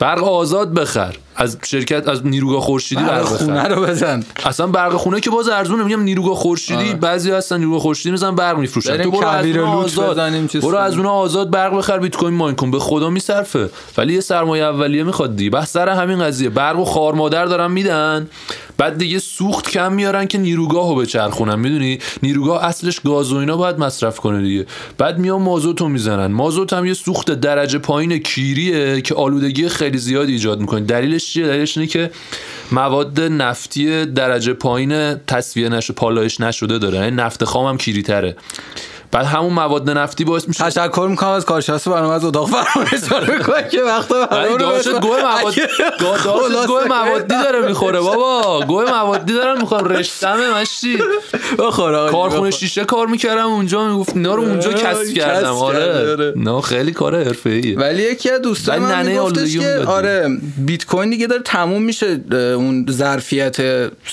Speaker 1: برق آزاد بخر از شرکت از نیروگاه خورشیدی
Speaker 2: برق
Speaker 1: برق بخر
Speaker 2: خونه رو بزن
Speaker 1: اصلا برق خونه که باز ارزونه میگم نیروگاه خورشیدی بعضی هستن نیروگاه خورشیدی میزن برق میفروشن
Speaker 2: آره. بریم
Speaker 1: تو برو از
Speaker 2: کویر
Speaker 1: اونها
Speaker 2: لوت
Speaker 1: آزاد
Speaker 2: بزنیم، چیز
Speaker 1: برو از
Speaker 2: کنیم.
Speaker 1: اونها آزاد برق بخر بیت کوین ماین کن به خدا میصرفه ولی یه سرمایه اولیه میخواد دیگه بس سر همین قضیه برق و خار مادر دارن میدن بعد دیگه سوخت کم میارن که نیروگاهو بچرخونن میدونی نیروگاه اصلش گاز و اینا باید مصرف کنه دیگه بعد میان مازوتو میزنن مازوت هم یه سوخت درجه پایین کیریه که آلودگی خیلی زیادی ایجاد میکنه دلیلش چیه دلیلش اینه که مواد نفتی درجه پایین تصفیه نشه پالایش نشده داره یعنی نفت خام هم کیری تره بعد همون مواد نفتی باعث میشه
Speaker 2: تشکر میکنم از کارشناس برنامه از اتاق فرمایش رو کنم که وقتا
Speaker 1: ولی
Speaker 2: برنامه رو
Speaker 1: داداشت
Speaker 2: بشنم.
Speaker 1: گوه مواد
Speaker 2: اگه
Speaker 1: داداشت
Speaker 2: خلاصه
Speaker 1: گوه موادی داره میخوره بابا گوه موادی دارم میخوام رشتمه مشتی
Speaker 2: بخور آقا
Speaker 1: کارخونه
Speaker 2: بخور.
Speaker 1: شیشه کار میکردم اونجا میگفت اینا رو اونجا
Speaker 2: آه،
Speaker 1: کسب
Speaker 2: آره، کسب
Speaker 1: کردم
Speaker 2: کرده، آره.
Speaker 1: آره نه خیلی کار حرفه‌ایه
Speaker 2: ولی یکی از دوستان
Speaker 1: ولی
Speaker 2: من
Speaker 1: ننه
Speaker 2: میگفتش
Speaker 1: آلودگی
Speaker 2: که
Speaker 1: میدادی.
Speaker 2: آره بیت کوین دیگه داره تموم میشه اه، اون ظرفیت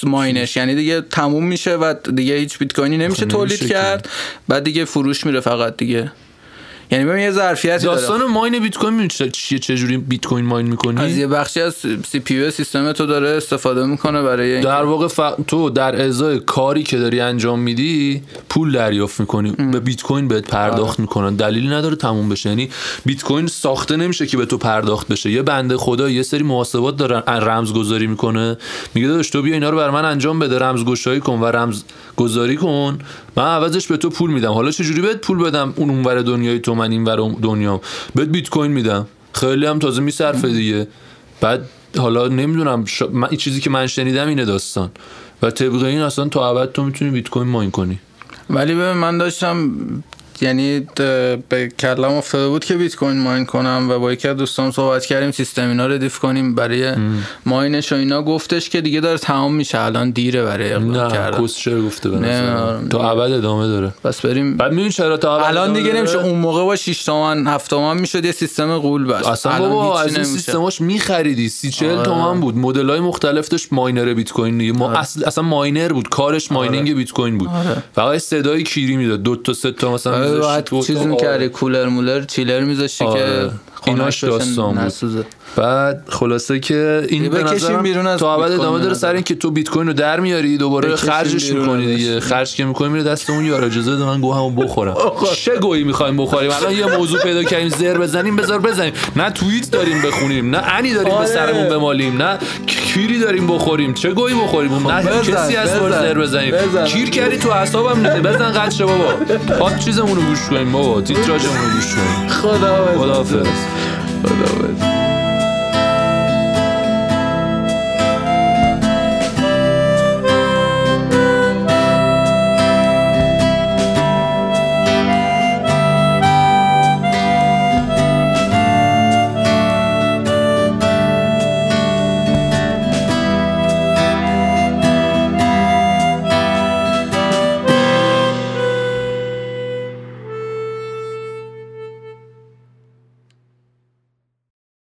Speaker 2: ماینش یعنی دیگه تموم میشه و دیگه هیچ بیت کوینی نمیشه
Speaker 1: خب، نمیشه
Speaker 2: تولید
Speaker 1: که.
Speaker 2: کرد بعد دیگه فروش میره فقط دیگه یعنی ببین یه ظرفیتی داره
Speaker 1: داستان ماین بیت کوین می‌دونی چه- چیه چه جوری بیت کوین ماین
Speaker 2: از
Speaker 1: میکنی
Speaker 2: یه بخشی از سی پی یو سیستم تو داره استفاده میکنه برای این
Speaker 1: در واقع ف- تو در ازای کاری که داری انجام میدی پول دریافت میکنی به بیت کوین بهت پرداخت میکنن دلیلی نداره تموم بشه یعنی بیت کوین ساخته نمیشه که به تو پرداخت بشه یه بنده خدا یه سری محاسبات داره رمزگذاری میکنه میگه داداش تو بیا اینا رو بر من انجام بده رمزگشایی کن و رمزگذاری کن من عوضش به تو پول میدم حالا چه جوری بهت پول بدم اون اونور دنیای تو من اینور دنیام بهت بیت کوین میدم خیلی هم تازه میصرفه دیگه بعد حالا نمیدونم شا... من... این چیزی که من شنیدم اینه داستان و طبق این اصلا تا ابد تو میتونی بیت کوین ماین کنی
Speaker 2: ولی ببین من داشتم یعنی د- به کلم افتاده بود که بیت کوین ماین کنم و با یکی از دوستام صحبت کردیم سیستم اینا رو دیف کنیم برای ماینش و اینا گفتش که دیگه داره تمام میشه الان دیره برای اقدام
Speaker 1: نه
Speaker 2: کردن
Speaker 1: کس چرا گفته به
Speaker 2: نه،
Speaker 1: نظرم.
Speaker 2: آره.
Speaker 1: تا ابد ادامه داره
Speaker 2: پس بریم
Speaker 1: بعد آره. میدونی چرا تا ابد
Speaker 2: الان
Speaker 1: ادامه
Speaker 2: دیگه
Speaker 1: داره؟
Speaker 2: نمیشه اون موقع با 6 تومن 7 تومن میشد یه سیستم قول بست
Speaker 1: اصلا
Speaker 2: الان
Speaker 1: بابا
Speaker 2: هیچی
Speaker 1: از این
Speaker 2: نمیشه.
Speaker 1: سیستماش میخریدی سی چل
Speaker 2: آره.
Speaker 1: تومن بود مدل های مختلف داشت ماینر بیت کوین دیگه ما اصل اصلا ماینر بود کارش
Speaker 2: آره.
Speaker 1: ماینینگ بیت کوین بود فقط صدای کیری میداد دو تا سه تا مثلا
Speaker 2: آره،
Speaker 1: می‌ذاشتی
Speaker 2: باید
Speaker 1: تو
Speaker 2: چیز
Speaker 1: اتاق.
Speaker 2: میکردی کولر مولر چیلر میذاشتی
Speaker 1: آره.
Speaker 2: که
Speaker 1: ایناش
Speaker 2: خونه‌اش بشه
Speaker 1: داستان بود.
Speaker 2: نسوزه.
Speaker 1: بعد خلاصه که این
Speaker 2: یه
Speaker 1: به
Speaker 2: بکشیم
Speaker 1: نظرم
Speaker 2: بیرون از
Speaker 1: تا
Speaker 2: بیت
Speaker 1: ابد
Speaker 2: کوین
Speaker 1: ادامه
Speaker 2: به
Speaker 1: داره
Speaker 2: نظرم.
Speaker 1: سر این که تو بیت کوین رو در میاری دوباره
Speaker 2: بکشیم
Speaker 1: خرجش
Speaker 2: بیرون
Speaker 1: میکنی
Speaker 2: ازش.
Speaker 1: دیگه خرج که میکنی میره دست اون یار اجازه بده من گوهمو بخورم چه گویی میخوایم بخوریم الان یه موضوع پیدا کردیم زر بزنیم بذار بزنیم نه توییت داریم بخونیم نه انی داریم به
Speaker 2: آره.
Speaker 1: سرمون بمالیم نه کیری داریم بخوریم چه گویی بخوریم نه
Speaker 2: بزن،
Speaker 1: کسی از ما
Speaker 2: بزن،
Speaker 1: زر بزنیم
Speaker 2: بزن.
Speaker 1: کیر کردی تو اعصابم نده بزن قدش بابا پاد چیزمون رو گوش کنیم بابا تیتراژمون رو گوش کنیم
Speaker 2: خداحافظ
Speaker 1: خداحافظ
Speaker 2: خداحافظ